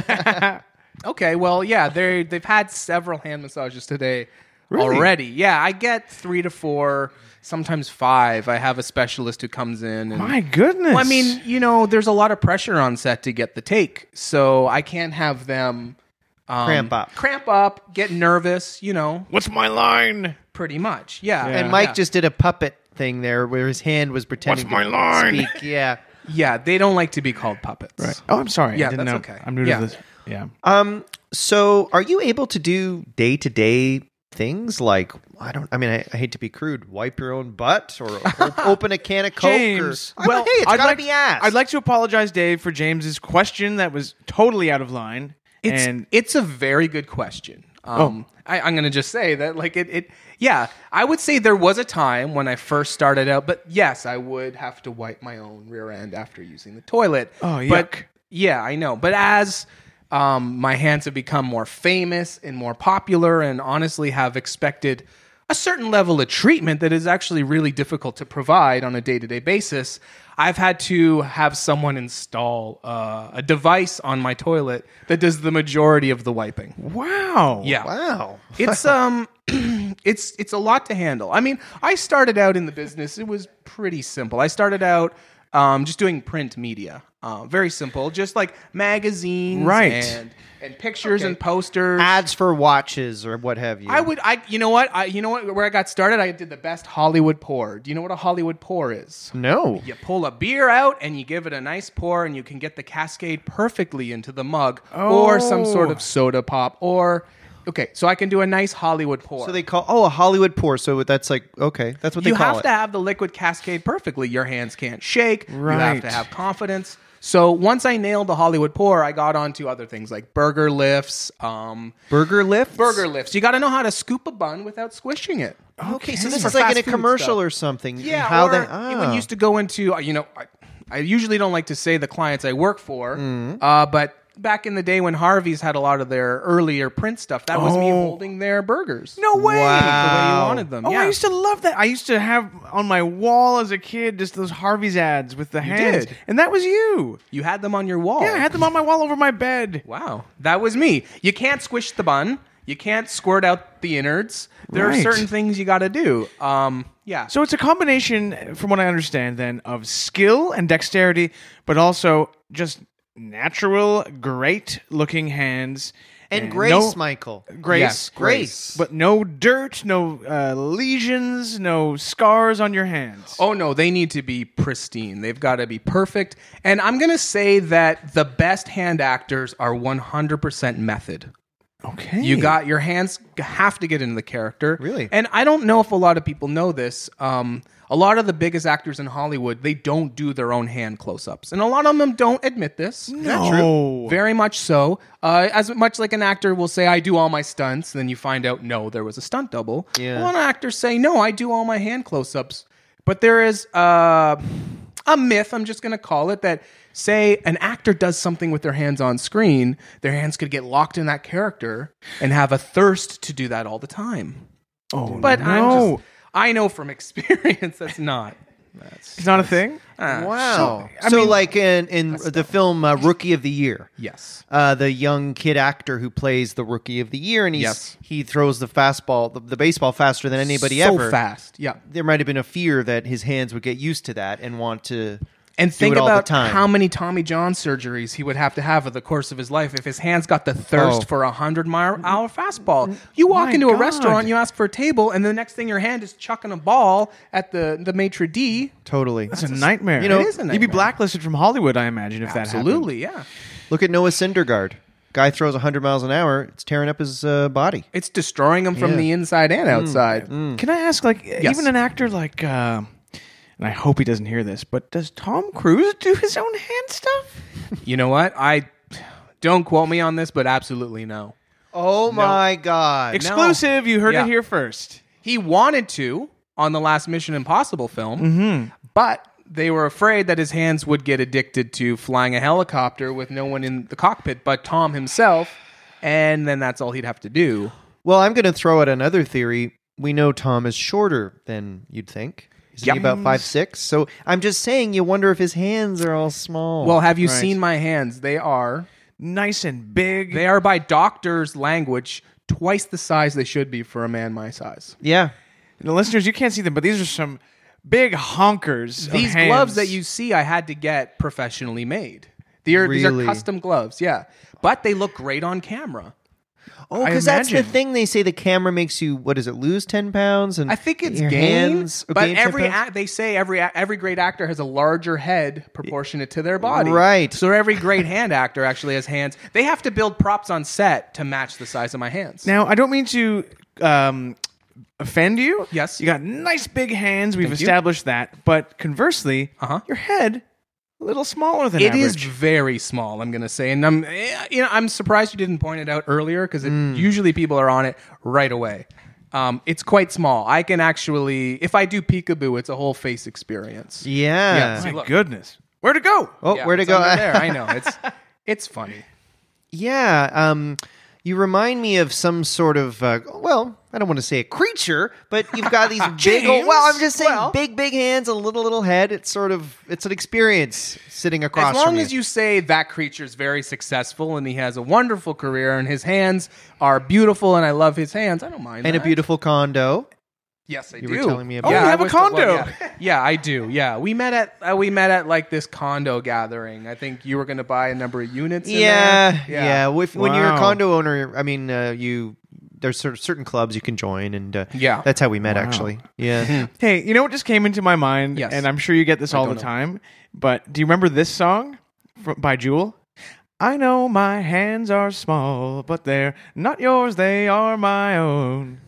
Speaker 4: Okay, well, yeah, they they've had several hand massages today already. Yeah, I get 3 to 4, sometimes 5. I have a specialist who comes in and
Speaker 1: My goodness.
Speaker 4: Well, I mean, you know, there's a lot of pressure on set to get the take, so I can't have them um,
Speaker 3: Cramp up.
Speaker 4: cramp up, get nervous. You know,
Speaker 1: what's my line?
Speaker 4: pretty much. Yeah,
Speaker 1: Yeah.
Speaker 3: and Mike
Speaker 4: yeah.
Speaker 3: just did a puppet thing there, where his hand was pretending
Speaker 1: my
Speaker 3: to
Speaker 1: line?
Speaker 3: speak. Yeah.
Speaker 4: yeah, they don't like to be called puppets.
Speaker 1: Right. Oh, I'm sorry.
Speaker 4: Yeah,
Speaker 1: I didn't
Speaker 4: that's
Speaker 1: know.
Speaker 4: okay.
Speaker 1: I'm new
Speaker 4: Yeah.
Speaker 1: to this. Yeah.
Speaker 3: Um, so are you able to do day to day things like I don't? I mean, I, I hate to be crude. Wipe your own butt or op- open a can of coke.
Speaker 1: James,
Speaker 3: or, I don't- hey, it's
Speaker 1: I'd
Speaker 3: gotta
Speaker 1: like-
Speaker 3: be asked.
Speaker 1: I'd like to apologize, Dave, for James's question that was totally out of line.
Speaker 4: It's
Speaker 1: and Oh.
Speaker 4: it's a very good question. Um, I, I'm gonna just say that, like it, it, yeah, I would say there was a time when I first started out, but yes, I would have to wipe my own rear end after using the toilet.
Speaker 1: Oh,
Speaker 4: But
Speaker 1: yuck.
Speaker 4: yeah, I know. But as um, my hands have become more famous and more popular, and honestly have expected a certain level of treatment that is actually really difficult to provide on a day to day basis, I've had to have someone install uh, a device on my toilet that does the majority of the wiping.
Speaker 1: wow.
Speaker 4: Yeah.
Speaker 3: Wow.
Speaker 4: It's um it's it's a lot to handle. I mean, I started out in the business. It was pretty simple. I started out um, just doing print media. Uh, very simple, just like magazines
Speaker 1: Right.
Speaker 4: and and pictures
Speaker 3: Okay. Ah.
Speaker 4: and posters.
Speaker 3: Ads for watches or what have you.
Speaker 4: I would I you know what? I you know what where I got started, I did the best Hollywood pour. Do you know what a Hollywood pour is?
Speaker 3: no.
Speaker 4: You pull a beer out and you give it a nice pour, and you can get the cascade perfectly into the mug or some
Speaker 3: Oh.
Speaker 4: sort of soda pop. Or, okay, so I can do a nice Hollywood pour.
Speaker 3: So they call oh a Hollywood pour. So that's like okay, that's what
Speaker 4: you
Speaker 3: they call
Speaker 4: have
Speaker 3: it.
Speaker 4: to have the liquid cascade perfectly. Your hands can't shake. You
Speaker 1: Right.
Speaker 4: have to have confidence. So once I nailed the Hollywood pour, I got onto other things like burger lifts, um,
Speaker 3: burger lift.
Speaker 4: burger lifts. You got to know how to scoop a bun without squishing it.
Speaker 3: Okay, so this
Speaker 4: This is
Speaker 3: is
Speaker 4: for
Speaker 3: like in
Speaker 4: fast
Speaker 3: a
Speaker 4: food
Speaker 3: commercial
Speaker 4: stuff.
Speaker 3: or something. and
Speaker 4: Yeah,
Speaker 3: How
Speaker 4: or
Speaker 3: they
Speaker 4: even
Speaker 3: ah.
Speaker 4: used to go into uh, you know I, I usually don't like to say the clients I work for,
Speaker 1: Mm.
Speaker 4: uh, but back in the day when Harvey's had a lot of their earlier print stuff, that was me
Speaker 1: Oh.
Speaker 4: holding their burgers.
Speaker 1: No way.
Speaker 3: Wow.
Speaker 4: the way you
Speaker 3: Wow.
Speaker 4: wanted them.
Speaker 1: Oh,
Speaker 4: yeah.
Speaker 1: I used to love that. I used to have on my wall as a kid just those Harvey's ads with the hands,
Speaker 4: did.
Speaker 1: and that was you.
Speaker 4: you had them on your wall.
Speaker 1: Yeah, I had them on my wall over my bed.
Speaker 4: Wow, that was me. You can't squish the bun. You can't squirt out the innards. There
Speaker 1: Right.
Speaker 4: are certain things you got to do. Um, yeah.
Speaker 1: So it's a combination, from what I understand, then of skill and dexterity, but also just natural, great-looking hands
Speaker 3: and Grace,
Speaker 1: no-
Speaker 3: Michael.
Speaker 1: grace,
Speaker 4: Yes,
Speaker 3: Grace.
Speaker 1: but no dirt, no uh, lesions, no scars on your hands.
Speaker 4: Oh no, they need to be pristine. They've got to be perfect. And I'm going to say that the best hand actors are 100% method.
Speaker 1: Oh, okay.
Speaker 4: You got your hands have to get into the character.
Speaker 3: Really?
Speaker 4: And I don't know if a lot of people know this. Um, a lot of the biggest actors in Hollywood, they don't do their own hand close ups. And a lot of them don't admit this.
Speaker 1: no. True?
Speaker 4: Oh. Very much so. Uh, as much like an actor will say, I do all my stunts, and then you find out, no, there was a stunt double.
Speaker 3: Yeah.
Speaker 4: Well, an actor say, no, I do all my hand close ups. But there is uh, a myth, I'm just going to call it, that say an actor does something with their hands on screen, their hands could get locked in that character and have a thirst to do that all the time.
Speaker 1: oh,
Speaker 4: But I'm
Speaker 1: no.
Speaker 4: just, I know from experience that's not. Ah,
Speaker 1: it's not a thing.
Speaker 3: Wow. So,
Speaker 1: I mean-
Speaker 3: like in, in the film uh, Rookie of the Year,
Speaker 4: Yes.
Speaker 3: uh, the young kid actor who plays the Rookie of the Year, and he's,
Speaker 4: Yes.
Speaker 3: he throws the fastball, the, the baseball faster than anybody
Speaker 4: so
Speaker 3: ever.
Speaker 4: fast. Yeah.
Speaker 3: There might have been a fear that his hands would get used to that and want to
Speaker 4: And think
Speaker 3: it all the
Speaker 4: about
Speaker 3: time.
Speaker 4: how many Tommy John surgeries he would have to have over the course of his life if his hands got the
Speaker 3: Oh.
Speaker 4: thirst
Speaker 3: Mm,
Speaker 4: for a hundred mile hour fastball. You walk
Speaker 1: My
Speaker 4: into a
Speaker 1: God.
Speaker 4: restaurant, you ask for a table, and the next thing your hand is chucking a ball at the the maitre d.
Speaker 3: Totally.
Speaker 1: It's a nightmare.
Speaker 3: You know, It
Speaker 4: is a
Speaker 1: you'd be
Speaker 4: nightmare.
Speaker 1: blacklisted from Hollywood, I imagine, if that happened.
Speaker 4: Absolutely, yeah.
Speaker 3: Look at Noah Syndergaard. Guy throws 100 miles an hour. It's tearing up his uh, body.
Speaker 4: It's destroying them from
Speaker 3: Yeah. Mm.
Speaker 4: the inside and outside.
Speaker 1: Mm. Can I ask, like, even an actor like, uh, and I hope he doesn't hear this, but does Tom Cruise do his own hand stuff?
Speaker 4: You know what? I don't quote me on this, but absolutely no.
Speaker 3: Oh my God.
Speaker 1: Exclusive. You heard
Speaker 4: Yeah.
Speaker 1: it here first.
Speaker 4: He wanted to on the last Mission Impossible film,
Speaker 1: Mm-hmm.
Speaker 4: but they were afraid that his hands would get addicted to flying a helicopter with no one in the cockpit but Tom himself, and then that's all he'd have to do.
Speaker 3: Well, I'm going to throw out another theory. We know Tom is shorter than you'd think. Isn't
Speaker 4: Yep.
Speaker 3: he about five six? So I'm just saying, you wonder if his hands are all small.
Speaker 4: Well, have you
Speaker 1: Right.
Speaker 4: seen my hands? They are
Speaker 1: Nice and big.
Speaker 4: they are by doctors' language twice the size they should be for a man my size.
Speaker 3: yeah,
Speaker 1: the listeners, you can't see them, but these are some big honkers. of
Speaker 4: These
Speaker 1: hands.
Speaker 4: gloves that you see, I had to get professionally made. They are, These
Speaker 3: Really?
Speaker 4: are custom gloves, yeah. But they look great on camera.
Speaker 3: Oh,
Speaker 1: I
Speaker 3: because that's the
Speaker 1: imagine.
Speaker 3: thing they say the camera makes you. What is it? Lose ten pounds, and
Speaker 4: I think it's
Speaker 3: your
Speaker 4: gain,
Speaker 3: hands.
Speaker 4: but
Speaker 3: gain 10
Speaker 4: every
Speaker 3: pounds?
Speaker 4: act they say every a- every great actor has a larger head proportionate to their body.
Speaker 3: Right.
Speaker 4: So every great hand actor actually has hands. They have to build props on set to match the size of my hands.
Speaker 1: Now, I don't mean to um, offend you.
Speaker 4: Yes.
Speaker 1: You got nice big hands. We've
Speaker 4: Thank you.
Speaker 1: established that. But conversely,
Speaker 4: Uh-huh.
Speaker 1: your head, a little smaller than
Speaker 4: It
Speaker 1: average.
Speaker 4: is very small, I'm going to say, and I'm eh, you know I'm surprised you didn't point it out earlier because
Speaker 3: Mm.
Speaker 4: usually people are on it right away. Um, it's quite small. I can actually, if I do peekaboo, it's a whole face experience.
Speaker 3: yeah.
Speaker 4: Yeah,
Speaker 1: My
Speaker 4: see, look.
Speaker 1: goodness. Where to go?
Speaker 3: Oh,
Speaker 4: Yeah,
Speaker 3: where to
Speaker 4: it's
Speaker 3: go?
Speaker 4: under there, I know it's it's funny.
Speaker 3: yeah. Um, you remind me of some sort of uh, well, I don't want to say a creature, but you've got these big. Old,
Speaker 1: James?
Speaker 3: well, I'm just saying,
Speaker 1: Well-
Speaker 3: big, big hands, a little, little head. It's sort of it's an experience sitting across.
Speaker 4: As long
Speaker 3: from
Speaker 4: as you say that creature's very successful and he has a wonderful career and his hands are beautiful and I love his hands, I don't mind.
Speaker 3: and a
Speaker 4: that.
Speaker 3: beautiful condo.
Speaker 4: yes, I
Speaker 3: you
Speaker 4: do.
Speaker 3: were telling me
Speaker 4: Yeah,
Speaker 3: about-
Speaker 1: Oh, you
Speaker 4: I
Speaker 1: have a
Speaker 4: wish I loved-
Speaker 1: condo.
Speaker 4: yeah. Yeah, I do. Yeah, we met at uh, we met at like this condo gathering. I think you were going to buy a number of units. in
Speaker 3: Yeah,
Speaker 4: there.
Speaker 3: yeah. If- When you're a
Speaker 1: Wow.
Speaker 3: condo owner, I mean, uh, you there's cer- certain clubs you can join, and uh,
Speaker 4: Yeah.
Speaker 3: that's how we met actually. Yeah.
Speaker 1: Hey, you know what just came into my mind?
Speaker 4: Yes.
Speaker 1: And I'm sure you get this all the
Speaker 4: don't know.
Speaker 1: time. But do you remember this song fro- by Jewel? I know my hands are small, but they're not yours. They are my own.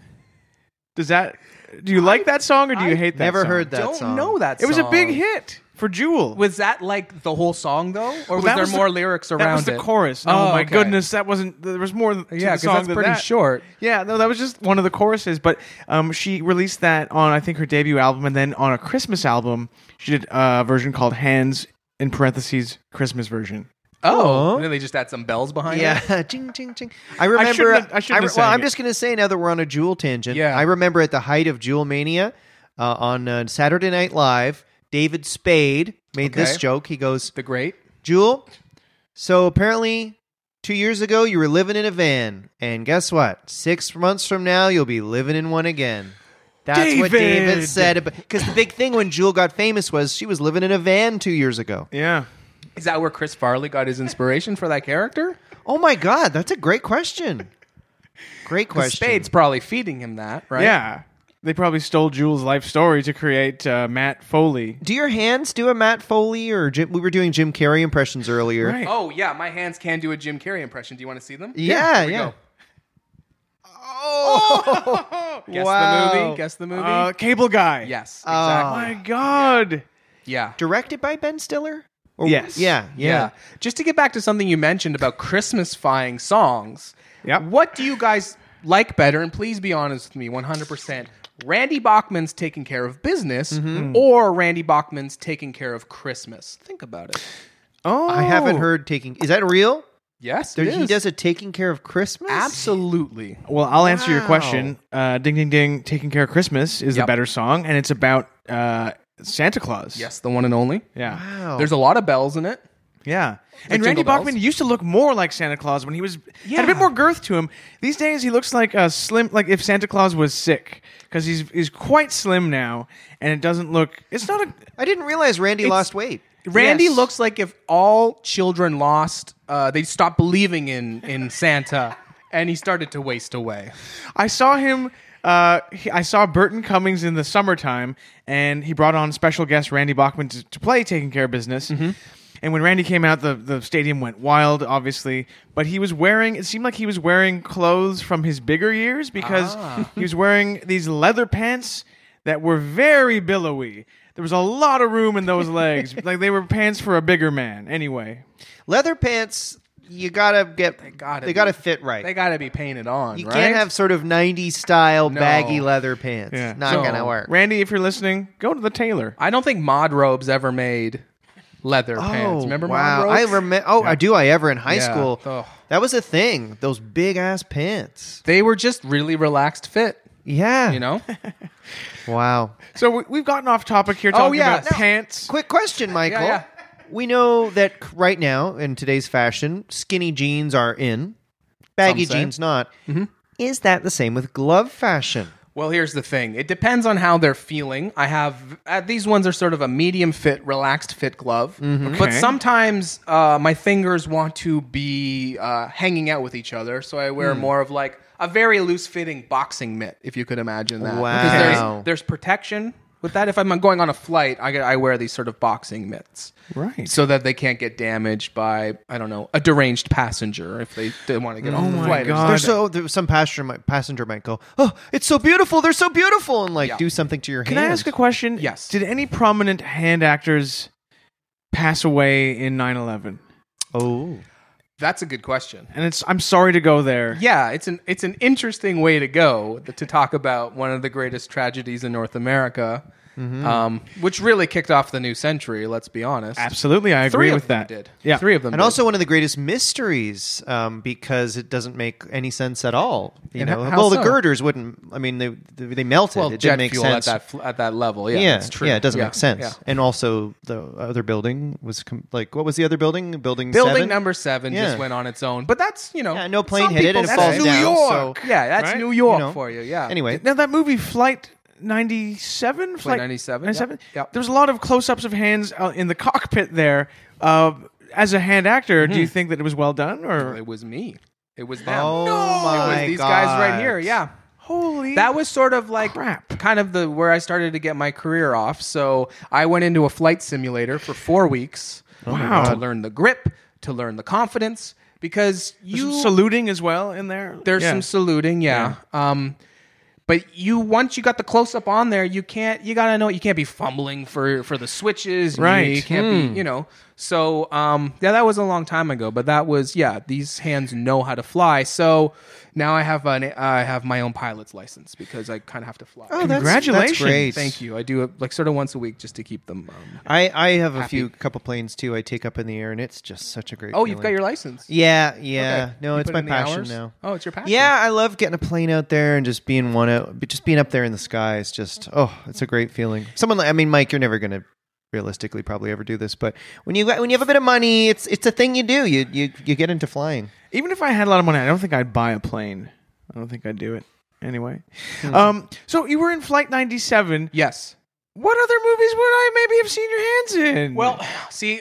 Speaker 1: Does that. Do you like that song or do you
Speaker 4: I
Speaker 1: hate that
Speaker 3: never
Speaker 1: song?
Speaker 3: heard that
Speaker 4: Don't
Speaker 3: song.
Speaker 4: know that.
Speaker 1: It was a big
Speaker 4: song.
Speaker 1: hit for Jewel.
Speaker 4: Was that like the whole song though, or was
Speaker 1: that
Speaker 4: there
Speaker 1: was the-
Speaker 4: more lyrics around
Speaker 1: that was the
Speaker 4: it?
Speaker 1: chorus. No,
Speaker 4: Oh,
Speaker 1: my
Speaker 4: okay.
Speaker 1: goodness, that wasn't. There was more to
Speaker 4: Yeah,
Speaker 1: the
Speaker 4: because
Speaker 1: song
Speaker 4: that's
Speaker 1: than
Speaker 4: pretty
Speaker 1: that.
Speaker 4: short.
Speaker 1: Yeah, no, that was just one of the choruses. But um, she released that on I think her debut album, and then on a Christmas album, she did a version called "Hands" in parentheses Christmas version.
Speaker 4: Oh,
Speaker 3: Aw.
Speaker 4: and then they just add some bells behind it.
Speaker 3: Yeah, ching ching ching. I remember.
Speaker 1: shouldn't have- I shouldn't
Speaker 3: re-
Speaker 1: have
Speaker 3: well,
Speaker 1: sang
Speaker 3: I'm
Speaker 1: it.
Speaker 3: just gonna say now that we're on a Jewel tangent.
Speaker 4: Yeah.
Speaker 3: I remember at the height of Jewel mania uh, on uh, Saturday Night Live, David Spade made this
Speaker 4: Okay.
Speaker 3: joke. He goes,
Speaker 4: The great.
Speaker 3: "Jewel, so apparently." Two years ago, you were living in a van, and guess what? Six months from now, you'll be living in one again. That's what David
Speaker 1: David!
Speaker 3: said. Because the big thing when Jewel got famous was she was living in a van two years ago.
Speaker 1: Yeah,
Speaker 4: Is that where Chris Farley got his inspiration for that character?
Speaker 3: Oh my God, that's a great question. Great
Speaker 4: Because
Speaker 3: question.
Speaker 4: Spade's probably feeding him that, right?
Speaker 1: yeah. They probably stole Jewel's life story to create uh, Matt Foley.
Speaker 3: Do your hands do a Matt Foley or Jim, we were doing Jim Carrey impressions earlier?
Speaker 1: Right.
Speaker 4: Oh yeah, my hands can do a Jim Carrey impression. Do you want to see them?
Speaker 3: Yeah, yeah.
Speaker 4: we go.
Speaker 3: Oh,
Speaker 4: Guess
Speaker 3: wow. uh,
Speaker 4: the movie. Guess the movie.
Speaker 1: Uh, cable guy.
Speaker 4: yes.
Speaker 1: Oh
Speaker 4: Exactly.
Speaker 1: my God.
Speaker 4: yeah.
Speaker 3: Directed by Ben Stiller. Or-
Speaker 1: Yes.
Speaker 3: Yeah, yeah.
Speaker 4: Just to get back to something you mentioned about Christmasifying songs.
Speaker 1: Yep.
Speaker 4: What do you guys like better? And please be honest with me, one hundred percent. Randy Bachman's taking care of business, or Randy Bachman's taking care of Christmas. Think about it.
Speaker 1: Oh,
Speaker 3: I haven't heard taking. Is that real?
Speaker 4: Yes,
Speaker 3: There,
Speaker 4: it
Speaker 3: he
Speaker 4: is.
Speaker 3: does a taking care of Christmas.
Speaker 4: absolutely.
Speaker 1: Well, I'll answer your
Speaker 3: Wow.
Speaker 1: question. Uh, ding, ding, ding. Taking Care of Christmas is
Speaker 4: Yep.
Speaker 1: the better song, and it's about uh, Santa Claus.
Speaker 4: Yes, the one and only.
Speaker 1: Yeah.
Speaker 3: Wow.
Speaker 4: There's a lot of bells in it.
Speaker 1: Yeah. and
Speaker 4: Jingle
Speaker 1: Randy
Speaker 4: Bells.
Speaker 1: Bachman used to look more like Santa Claus when he was had
Speaker 4: Yeah.
Speaker 1: a bit more girth to him. These days, he looks like a slim, like if Santa Claus was sick, because he's he's quite slim now, and it doesn't look. It's not a.
Speaker 3: I didn't realize Randy lost weight.
Speaker 4: Randy
Speaker 3: Yes.
Speaker 4: looks like if all children lost, uh, they stopped believing in in Santa, and he started to waste away.
Speaker 1: I saw him. Uh, he, I saw Burton Cummings in the summertime, and he brought on special guest Randy Bachman to, to play Taking Care of Business.
Speaker 4: Mm-hmm.
Speaker 1: And when Randy came out, the, the stadium went wild, obviously. But he was wearing, it seemed like he was wearing clothes from his bigger years because
Speaker 4: Ah.
Speaker 1: he was wearing these leather pants that were very billowy. There was a lot of room in those legs. like they were pants for a bigger man. Anyway,
Speaker 3: Leather pants, you gotta get. They
Speaker 4: gotta
Speaker 3: they gotta
Speaker 4: be-
Speaker 3: fit right.
Speaker 4: They got to be painted on.
Speaker 3: you
Speaker 4: right?
Speaker 3: can't have sort of '90s style
Speaker 4: No.
Speaker 3: baggy leather pants.
Speaker 1: Yeah.
Speaker 3: Not
Speaker 4: No.
Speaker 3: gonna work.
Speaker 1: Randy, if you're listening, go to the tailor.
Speaker 4: I don't think mod robes ever made leather pants. Remember mod
Speaker 3: Oh, wow! I
Speaker 4: robes?
Speaker 3: remember. Oh, I do. I ever in high
Speaker 4: Yeah.
Speaker 3: school.
Speaker 4: Ugh.
Speaker 3: That was a thing. Those big ass pants.
Speaker 4: They were just really relaxed fit.
Speaker 3: Yeah.
Speaker 4: You know.
Speaker 3: Wow.
Speaker 1: So we, we've gotten off topic here
Speaker 4: Oh,
Speaker 1: talking
Speaker 4: yeah.
Speaker 1: about
Speaker 4: No.
Speaker 1: pants.
Speaker 3: Quick question, Michael.
Speaker 4: yeah.
Speaker 3: We know that c- right now in today's fashion, skinny jeans are in, baggy
Speaker 4: Some say. Mm-hmm.
Speaker 3: jeans not. Is that the same with glove fashion?
Speaker 4: Well, here's the thing. It depends on how they're feeling. I have uh, these ones are sort of a medium fit, relaxed fit glove,
Speaker 3: Mm-hmm.
Speaker 4: but
Speaker 1: Okay.
Speaker 4: sometimes uh, my fingers want to be uh, hanging out with each other, so I
Speaker 3: Hmm.
Speaker 4: wear more of like a very loose fitting boxing mitt, if you could imagine that. Because
Speaker 3: Wow.
Speaker 4: there's, there's protection with that. If I'm going on a flight, I, get- I wear these sort of boxing mitts,
Speaker 1: Right.
Speaker 4: so that they can't get damaged by I don't know a deranged passenger if they, they want to
Speaker 3: Oh
Speaker 4: get off Uh, the
Speaker 1: my
Speaker 4: flight. It's
Speaker 1: God.
Speaker 3: There's so there- some passenger might, passenger might go, "Oh, it's so beautiful! They're so beautiful!" and like
Speaker 4: Yeah.
Speaker 3: do something to your
Speaker 1: Can
Speaker 3: hand.
Speaker 1: I ask a question?
Speaker 4: Yes.
Speaker 1: Did any prominent hand actors pass away in 9/11?
Speaker 3: Oh,
Speaker 4: That's a good question.
Speaker 1: And it's I'm sorry to go there.
Speaker 4: Yeah, it's an it's an interesting way to go th- to talk about one of the greatest tragedies in North America,
Speaker 3: Mm-hmm.
Speaker 4: um, which really kicked off the new century. Let's be honest.
Speaker 1: Absolutely, I agree
Speaker 4: Three of
Speaker 1: with
Speaker 4: them
Speaker 1: that.
Speaker 4: Did
Speaker 1: Yeah.
Speaker 4: three of them?
Speaker 3: and
Speaker 4: did.
Speaker 3: also one of the greatest mysteries um, because it doesn't make any sense at all. You
Speaker 4: And
Speaker 3: know,
Speaker 4: h- how
Speaker 3: well, the
Speaker 4: so?
Speaker 3: girders wouldn't. I mean, they they, they melted.
Speaker 4: well,
Speaker 3: it
Speaker 4: jet
Speaker 3: didn't make
Speaker 4: fuel
Speaker 3: sense.
Speaker 4: at that fl- at that level. Yeah,
Speaker 3: Yeah,
Speaker 4: it's true.
Speaker 3: Yeah, it doesn't
Speaker 4: Yeah,
Speaker 3: make sense.
Speaker 4: yeah.
Speaker 3: And also, the other building was com- like, what was the other building? Building
Speaker 4: Building
Speaker 3: seven?
Speaker 4: number seven
Speaker 3: Yeah.
Speaker 4: just went on its own, but that's you know,
Speaker 3: Yeah, no plane
Speaker 4: some
Speaker 3: hit it and
Speaker 4: people-
Speaker 3: it
Speaker 4: that's
Speaker 3: falls
Speaker 4: New
Speaker 3: down,
Speaker 4: York.
Speaker 3: so-
Speaker 4: yeah, that's
Speaker 1: Right?
Speaker 4: New York
Speaker 3: You know.
Speaker 4: for you. Yeah.
Speaker 3: Anyway,
Speaker 1: Now that movie Flight 97, Flight
Speaker 4: 97, yep, yep.
Speaker 1: There was a lot of close-ups of hands uh, in the cockpit there. Uh, as a hand actor, do
Speaker 4: Mm-hmm.
Speaker 1: you think that it was well done or
Speaker 4: it was me. It was them.
Speaker 3: Oh
Speaker 4: it was
Speaker 3: my
Speaker 4: these guys
Speaker 3: God.
Speaker 4: right here. Yeah.
Speaker 1: holy?
Speaker 4: that was sort of like
Speaker 1: Crap.
Speaker 4: kind of the where I started to get my career off. So I went into a flight simulator for four weeks.
Speaker 3: Oh
Speaker 1: Wow.
Speaker 4: To learn the grip, to learn the confidence, because you
Speaker 1: some saluting as well in there.
Speaker 4: there's
Speaker 1: Yeah.
Speaker 4: some saluting, yeah. Um, but you once you got the close up on there, you can't you gotta know you can't be fumbling for for the switches, you-
Speaker 1: Right.
Speaker 4: You can't
Speaker 3: Hmm.
Speaker 4: be you know. So um, yeah, that was a long time ago, but that was yeah. These hands know how to fly, so now I have an I have my own pilot's license because I kind of have to fly.
Speaker 3: Oh, that's-
Speaker 1: Congratulations.
Speaker 3: That's great.
Speaker 4: Thank you. I do it like sort of once a week just to keep them. Um,
Speaker 3: I, I have a few couple planes too. I take up in the air, and it's just such a great.
Speaker 4: oh, you've
Speaker 3: feeling.
Speaker 4: got your license.
Speaker 3: Yeah, yeah.
Speaker 4: Okay.
Speaker 3: No,
Speaker 4: You
Speaker 3: it's
Speaker 4: put
Speaker 3: my
Speaker 4: in the
Speaker 3: passion
Speaker 4: hours?
Speaker 3: now.
Speaker 4: Oh, it's your passion.
Speaker 3: Yeah, I love getting a plane out there and just being one out, but just being up there in the sky is just oh, it's a great feeling. Someone, like, I mean, Mike, you're never gonna realistically probably ever do this, but when you got- when you have a bit of money, it's it's a thing you do. You you you get into flying.
Speaker 1: even if I had a lot of money, I don't think I'd buy a plane. I don't think I'd do it anyway.
Speaker 4: Hmm.
Speaker 1: Um, so you were in Flight 97.
Speaker 4: Yes.
Speaker 1: What other movies would I maybe have seen your hands in?
Speaker 4: Well, see,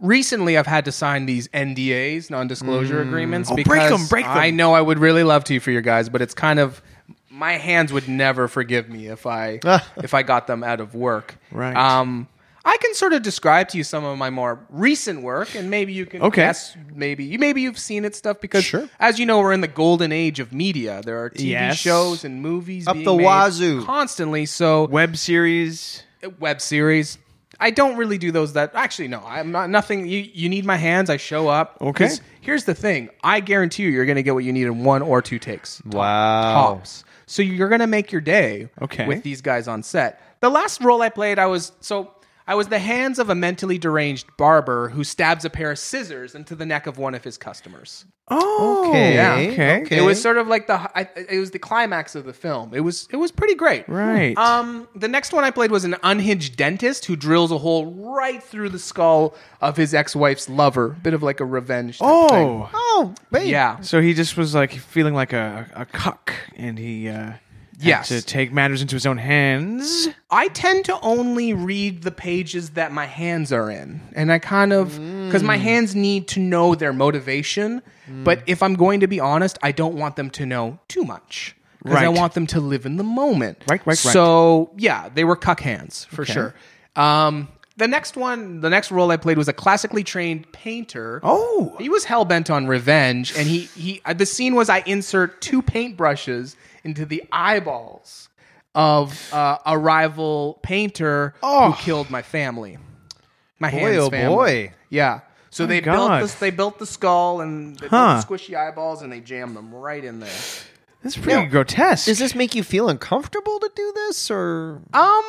Speaker 4: recently I've had to sign these NDAs, non-disclosure agreements.
Speaker 1: Oh, break
Speaker 4: because
Speaker 1: 'em, break 'em.
Speaker 4: I know I would really love to for you guys, but it's kind of my hands would never forgive me if I if I got them out of work.
Speaker 1: Ah. Right.
Speaker 4: Um, I can sort of describe to you some of my more recent work, and maybe you can
Speaker 1: Okay.
Speaker 4: guess. Maybe you maybe you've seen it stuff because,
Speaker 1: Sure.
Speaker 4: as you know, we're in the golden age of media. There are TV
Speaker 1: Yes.
Speaker 4: shows and movies
Speaker 3: Up
Speaker 4: being
Speaker 3: the
Speaker 4: made
Speaker 3: wazoo.
Speaker 4: constantly. So
Speaker 1: web series.
Speaker 4: web series. I don't really do those that actually no, I'm not nothing you, you need my hands, I show up.
Speaker 1: Okay.
Speaker 4: 'Cause Here's the thing. I guarantee you you're gonna get what you need in one or two takes.
Speaker 3: Wow.
Speaker 4: Tops. So you're gonna make your day
Speaker 1: Okay.
Speaker 4: with these guys on set. The last role I played, I was so I was the hands of a mentally deranged barber who stabs a pair of scissors into the neck of one of his customers.
Speaker 1: Oh,
Speaker 3: Okay.
Speaker 1: yeah.
Speaker 3: Okay.
Speaker 1: Okay.
Speaker 4: It was sort of like the I, it was the climax of the film. It was it was pretty great.
Speaker 1: Right.
Speaker 4: Um, the next one I played was an unhinged dentist who drills a hole right through the skull of his ex-wife's lover. Bit of like a revenge. Type thing.
Speaker 1: oh.
Speaker 3: Oh, wait.
Speaker 4: yeah.
Speaker 1: So he just was like feeling like a, a cuck and he uh,
Speaker 4: Yes.
Speaker 1: To take matters into his own hands.
Speaker 4: I tend to only read the pages that my hands are in. And I kind of, because
Speaker 1: Mm.
Speaker 4: my hands need to know their motivation. But if I'm going to be honest, I don't want them to know too much. Because I
Speaker 1: Right.
Speaker 4: want them to live in the moment.
Speaker 1: Right, right, right.
Speaker 4: So, yeah, they were cuck hands for sure. Um, the next one, the next role I played was a classically trained painter.
Speaker 1: Oh.
Speaker 4: He was hell bent on revenge, and he he. uh, The scene was I insert two paintbrushes into the eyeballs of uh, a rival painter
Speaker 1: Oh.
Speaker 4: who killed my family. My boy,
Speaker 3: oh boy.
Speaker 4: yeah. So they
Speaker 1: God.
Speaker 4: built this. They built the skull and they
Speaker 1: Huh.
Speaker 4: built the squishy eyeballs, and they jammed them right in there.
Speaker 1: That's pretty grotesque.
Speaker 3: Does this make you feel uncomfortable to do this, or
Speaker 4: Um,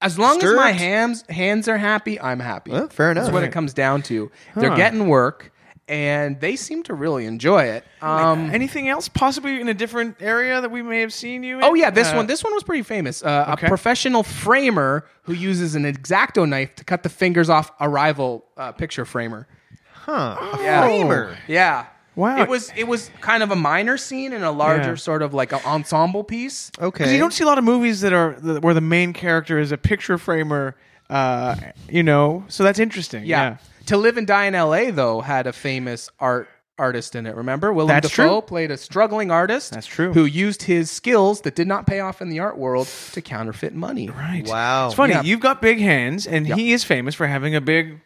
Speaker 4: as long as my
Speaker 3: Disturbed?
Speaker 4: hands hands are happy, I'm happy.
Speaker 3: Well, fair enough.
Speaker 4: That's what
Speaker 3: Right.
Speaker 4: it comes down to. They're getting work, and they seem to really enjoy it. Um,
Speaker 1: Anything else possibly in a different area that we may have seen you in?
Speaker 4: Oh yeah, this
Speaker 1: Uh,
Speaker 4: one. This one was pretty famous. Uh,
Speaker 1: okay.
Speaker 4: A professional framer who uses an exacto knife to cut the fingers off a rival uh, picture framer.
Speaker 3: huh?
Speaker 4: Yeah.
Speaker 3: Framer.
Speaker 4: Yeah.
Speaker 1: Wow.
Speaker 4: It was it was kind of a minor scene and a larger
Speaker 1: Yeah.
Speaker 4: sort of like an ensemble piece.
Speaker 1: 'Cause
Speaker 3: Okay.
Speaker 1: you don't see a lot of movies that are that- where the main character is a picture framer, uh, you know. So that's interesting.
Speaker 4: Yeah.
Speaker 1: Yeah,
Speaker 4: To Live and Die in L.A. though had a famous art artist in it. Remember, Willem
Speaker 1: That's true.
Speaker 4: Dafoe played a struggling artist.
Speaker 1: That's true.
Speaker 4: Who used his skills that did not pay off in the art world to counterfeit money.
Speaker 1: right.
Speaker 3: Wow.
Speaker 1: It's funny.
Speaker 4: Yeah.
Speaker 1: You've got big hands, and he is famous for having a big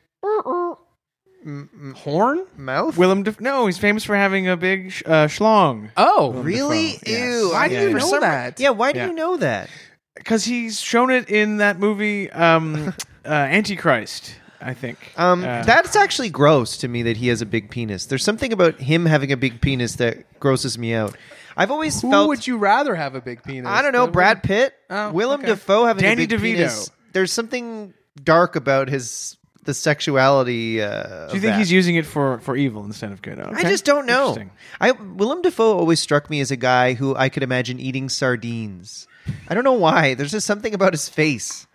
Speaker 4: Horn.
Speaker 3: Mouth.
Speaker 1: Willem. Def- no, he's famous for having a big sh- uh, schlong
Speaker 4: Oh,
Speaker 3: really?
Speaker 1: Dafoe, yes.
Speaker 3: Ew.
Speaker 4: Why do you
Speaker 3: For
Speaker 4: know
Speaker 3: some-
Speaker 4: that?
Speaker 3: Yeah. Why do
Speaker 1: Yeah.
Speaker 3: you know that?
Speaker 1: because he's shown it in that movie um, uh, Antichrist. I think.
Speaker 3: Um,
Speaker 1: Uh,
Speaker 3: that's actually gross to me that he has a big penis. There's something about him having a big penis that grosses me out. I've always
Speaker 4: Who
Speaker 3: felt.
Speaker 4: would you rather have a big penis?
Speaker 3: I don't know.
Speaker 4: The-
Speaker 3: Brad Pitt,
Speaker 4: Oh,
Speaker 3: Willem
Speaker 4: okay.
Speaker 3: Dafoe having
Speaker 1: Danny
Speaker 3: a big
Speaker 1: DeVito.
Speaker 3: penis. There's something dark about his the sexuality. Uh,
Speaker 1: do you think he's using it for, for evil instead of good?
Speaker 3: I
Speaker 1: Okay.
Speaker 3: just don't know.
Speaker 1: Interesting.
Speaker 3: I Willem Dafoe always struck me as a guy who I could imagine eating sardines. I don't know why. There's just something about his face.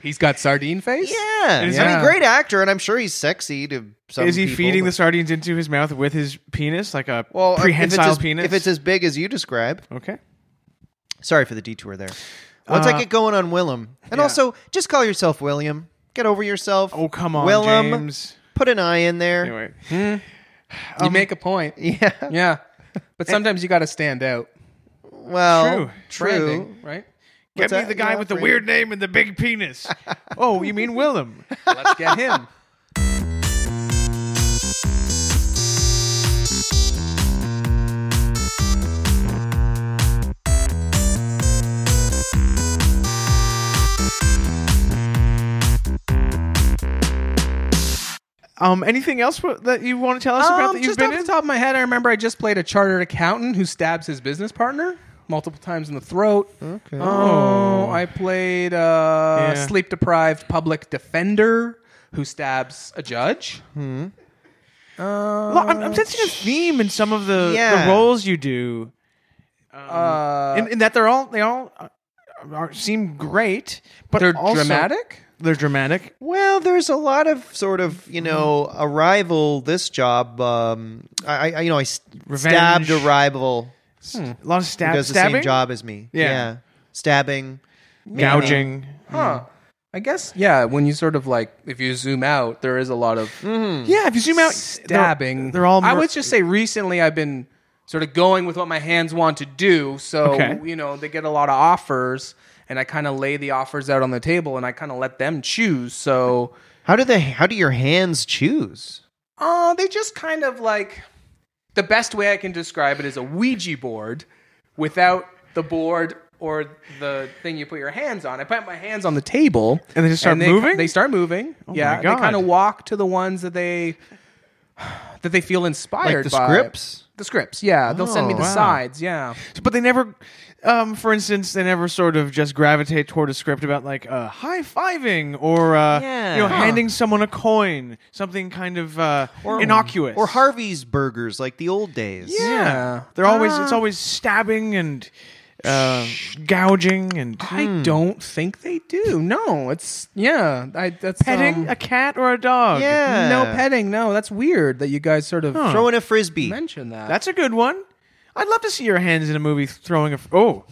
Speaker 4: He's got sardine face.
Speaker 3: Yeah,
Speaker 1: Is
Speaker 3: I mean,
Speaker 4: he-
Speaker 3: great actor, and I'm sure he's sexy to some.
Speaker 1: Is he
Speaker 3: people,
Speaker 1: feeding
Speaker 3: but-
Speaker 1: the sardines into his mouth with his penis, like a
Speaker 3: Well, if it's
Speaker 1: prehensile
Speaker 3: as-
Speaker 1: penis?
Speaker 3: If it's as big as you describe,
Speaker 1: okay.
Speaker 3: sorry for the detour there. Once I
Speaker 1: Uh,
Speaker 3: get going on Willem, and also just call yourself William. Get over yourself.
Speaker 1: Oh come on,
Speaker 3: Willem.
Speaker 1: James.
Speaker 3: Put an eye in there.
Speaker 1: Anyway,
Speaker 4: You
Speaker 1: Um,
Speaker 4: make a point.
Speaker 3: Yeah.
Speaker 4: Yeah. But sometimes you got to stand out.
Speaker 3: Well, true.
Speaker 4: Branding, right?
Speaker 1: get
Speaker 3: What's
Speaker 1: me
Speaker 3: that?
Speaker 1: the guy
Speaker 3: Yeah,
Speaker 1: with the
Speaker 3: Brandon.
Speaker 1: weird name and the big penis. oh, you mean Willem?
Speaker 4: Let's get him.
Speaker 1: Um, anything else wha- that you want to tell us about
Speaker 4: Um,
Speaker 1: that you've
Speaker 4: just
Speaker 1: been
Speaker 4: off
Speaker 1: in?
Speaker 4: the top of my head, I remember I just played a chartered accountant who stabs his business partner multiple times in the throat.
Speaker 3: Okay.
Speaker 4: Oh, I played uh,
Speaker 1: Yeah.
Speaker 4: sleep deprived public defender who stabs a judge. Uh,
Speaker 1: Lo- Hmm. I'm, I'm sensing a theme in some of the,
Speaker 3: Yeah.
Speaker 1: the roles you do,
Speaker 4: Uh,
Speaker 1: in, in that they're all they all uh, are, seem great, but
Speaker 4: they're
Speaker 1: also-
Speaker 4: dramatic.
Speaker 1: They're dramatic.
Speaker 3: Well, there's a lot of sort of you
Speaker 1: Mm-hmm.
Speaker 3: know a rival. This job, um, I, I you know I s-
Speaker 1: Revenge.
Speaker 3: stabbed a rival
Speaker 1: A lot of
Speaker 3: who
Speaker 1: stab,
Speaker 3: does the
Speaker 1: stabbing,
Speaker 3: same job as me.
Speaker 1: Yeah.
Speaker 3: stabbing.
Speaker 1: gouging.
Speaker 4: Huh. I guess yeah. When you sort of like, if you zoom out, there is a lot of
Speaker 1: Hmm. Yeah, if you zoom out, they're-
Speaker 4: stabbing.
Speaker 1: They're, all.
Speaker 4: I
Speaker 1: mur-
Speaker 4: would just say recently I've been sort of going with what my hands want to do. So
Speaker 1: Okay.
Speaker 4: you know they get a lot of offers, and I kind of lay the offers out on the table, and I kind of let them choose. So
Speaker 3: How do the how do your hands choose?
Speaker 4: uh, they just kind of like the best way I can describe it is a Ouija board without the board. Or the thing you put your hands on. I put my hands on the table,
Speaker 1: And they just start
Speaker 4: they,
Speaker 1: moving? Oh
Speaker 4: They start moving. yeah,
Speaker 1: my
Speaker 4: they
Speaker 1: God.
Speaker 4: kind of walk to the ones that they that they feel
Speaker 3: Like
Speaker 4: inspired
Speaker 3: the
Speaker 4: by.
Speaker 3: scripts.
Speaker 4: The scripts, yeah. They'll send me
Speaker 3: Oh,
Speaker 4: the
Speaker 3: wow.
Speaker 4: sides, yeah.
Speaker 1: But they never, um, for instance, they never sort of just gravitate toward a script about like uh, high fiving or uh,
Speaker 3: Yeah.
Speaker 1: you know
Speaker 3: Huh.
Speaker 1: handing someone a coin, something kind of uh, innocuous
Speaker 3: or Harvey's burgers like the old days?
Speaker 1: Yeah.
Speaker 4: Yeah.
Speaker 1: they're always
Speaker 3: Ah.
Speaker 1: it's always stabbing and uh, gouging and
Speaker 3: hmm.
Speaker 4: I don't think they do. No, it's yeah. I that's
Speaker 1: petting a
Speaker 4: um,
Speaker 1: cat or a dog.
Speaker 3: Yeah.
Speaker 4: no petting. No, that's weird that you guys sort of
Speaker 1: Huh.
Speaker 3: Throwing a frisbee.
Speaker 4: mention that.
Speaker 1: that's a good one. I'd love to see your hands in a movie throwing a. oh,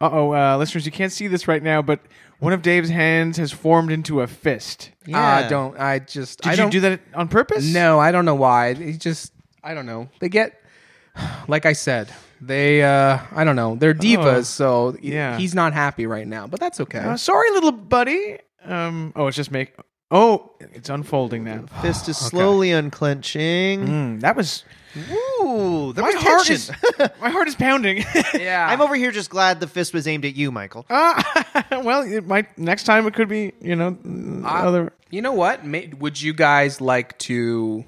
Speaker 1: Uh oh, uh, listeners, you can't see this right now, but one of Dave's hands has formed into a fist.
Speaker 4: I don't. I just.
Speaker 1: Did
Speaker 4: I
Speaker 1: you
Speaker 4: don't,
Speaker 1: do that on purpose?
Speaker 4: No, I don't know why. It just. I don't know. They get. Like I said, they. uh I don't know. They're divas, so
Speaker 1: yeah.
Speaker 4: he's not happy right now, but that's okay.
Speaker 1: Uh, sorry, little buddy. Um. Oh, it's just make. Oh, it's unfolding now.
Speaker 3: Fist is slowly unclenching.
Speaker 1: Mm, that was
Speaker 3: Ooh, there
Speaker 1: my
Speaker 3: was
Speaker 1: heart is
Speaker 3: tension.
Speaker 1: my heart is pounding.
Speaker 4: yeah.
Speaker 3: I'm over here just glad the fist was aimed at you, Michael.
Speaker 1: Ah, well, it might next time it could be you know mm, other.
Speaker 4: You know what? May, would you guys like to?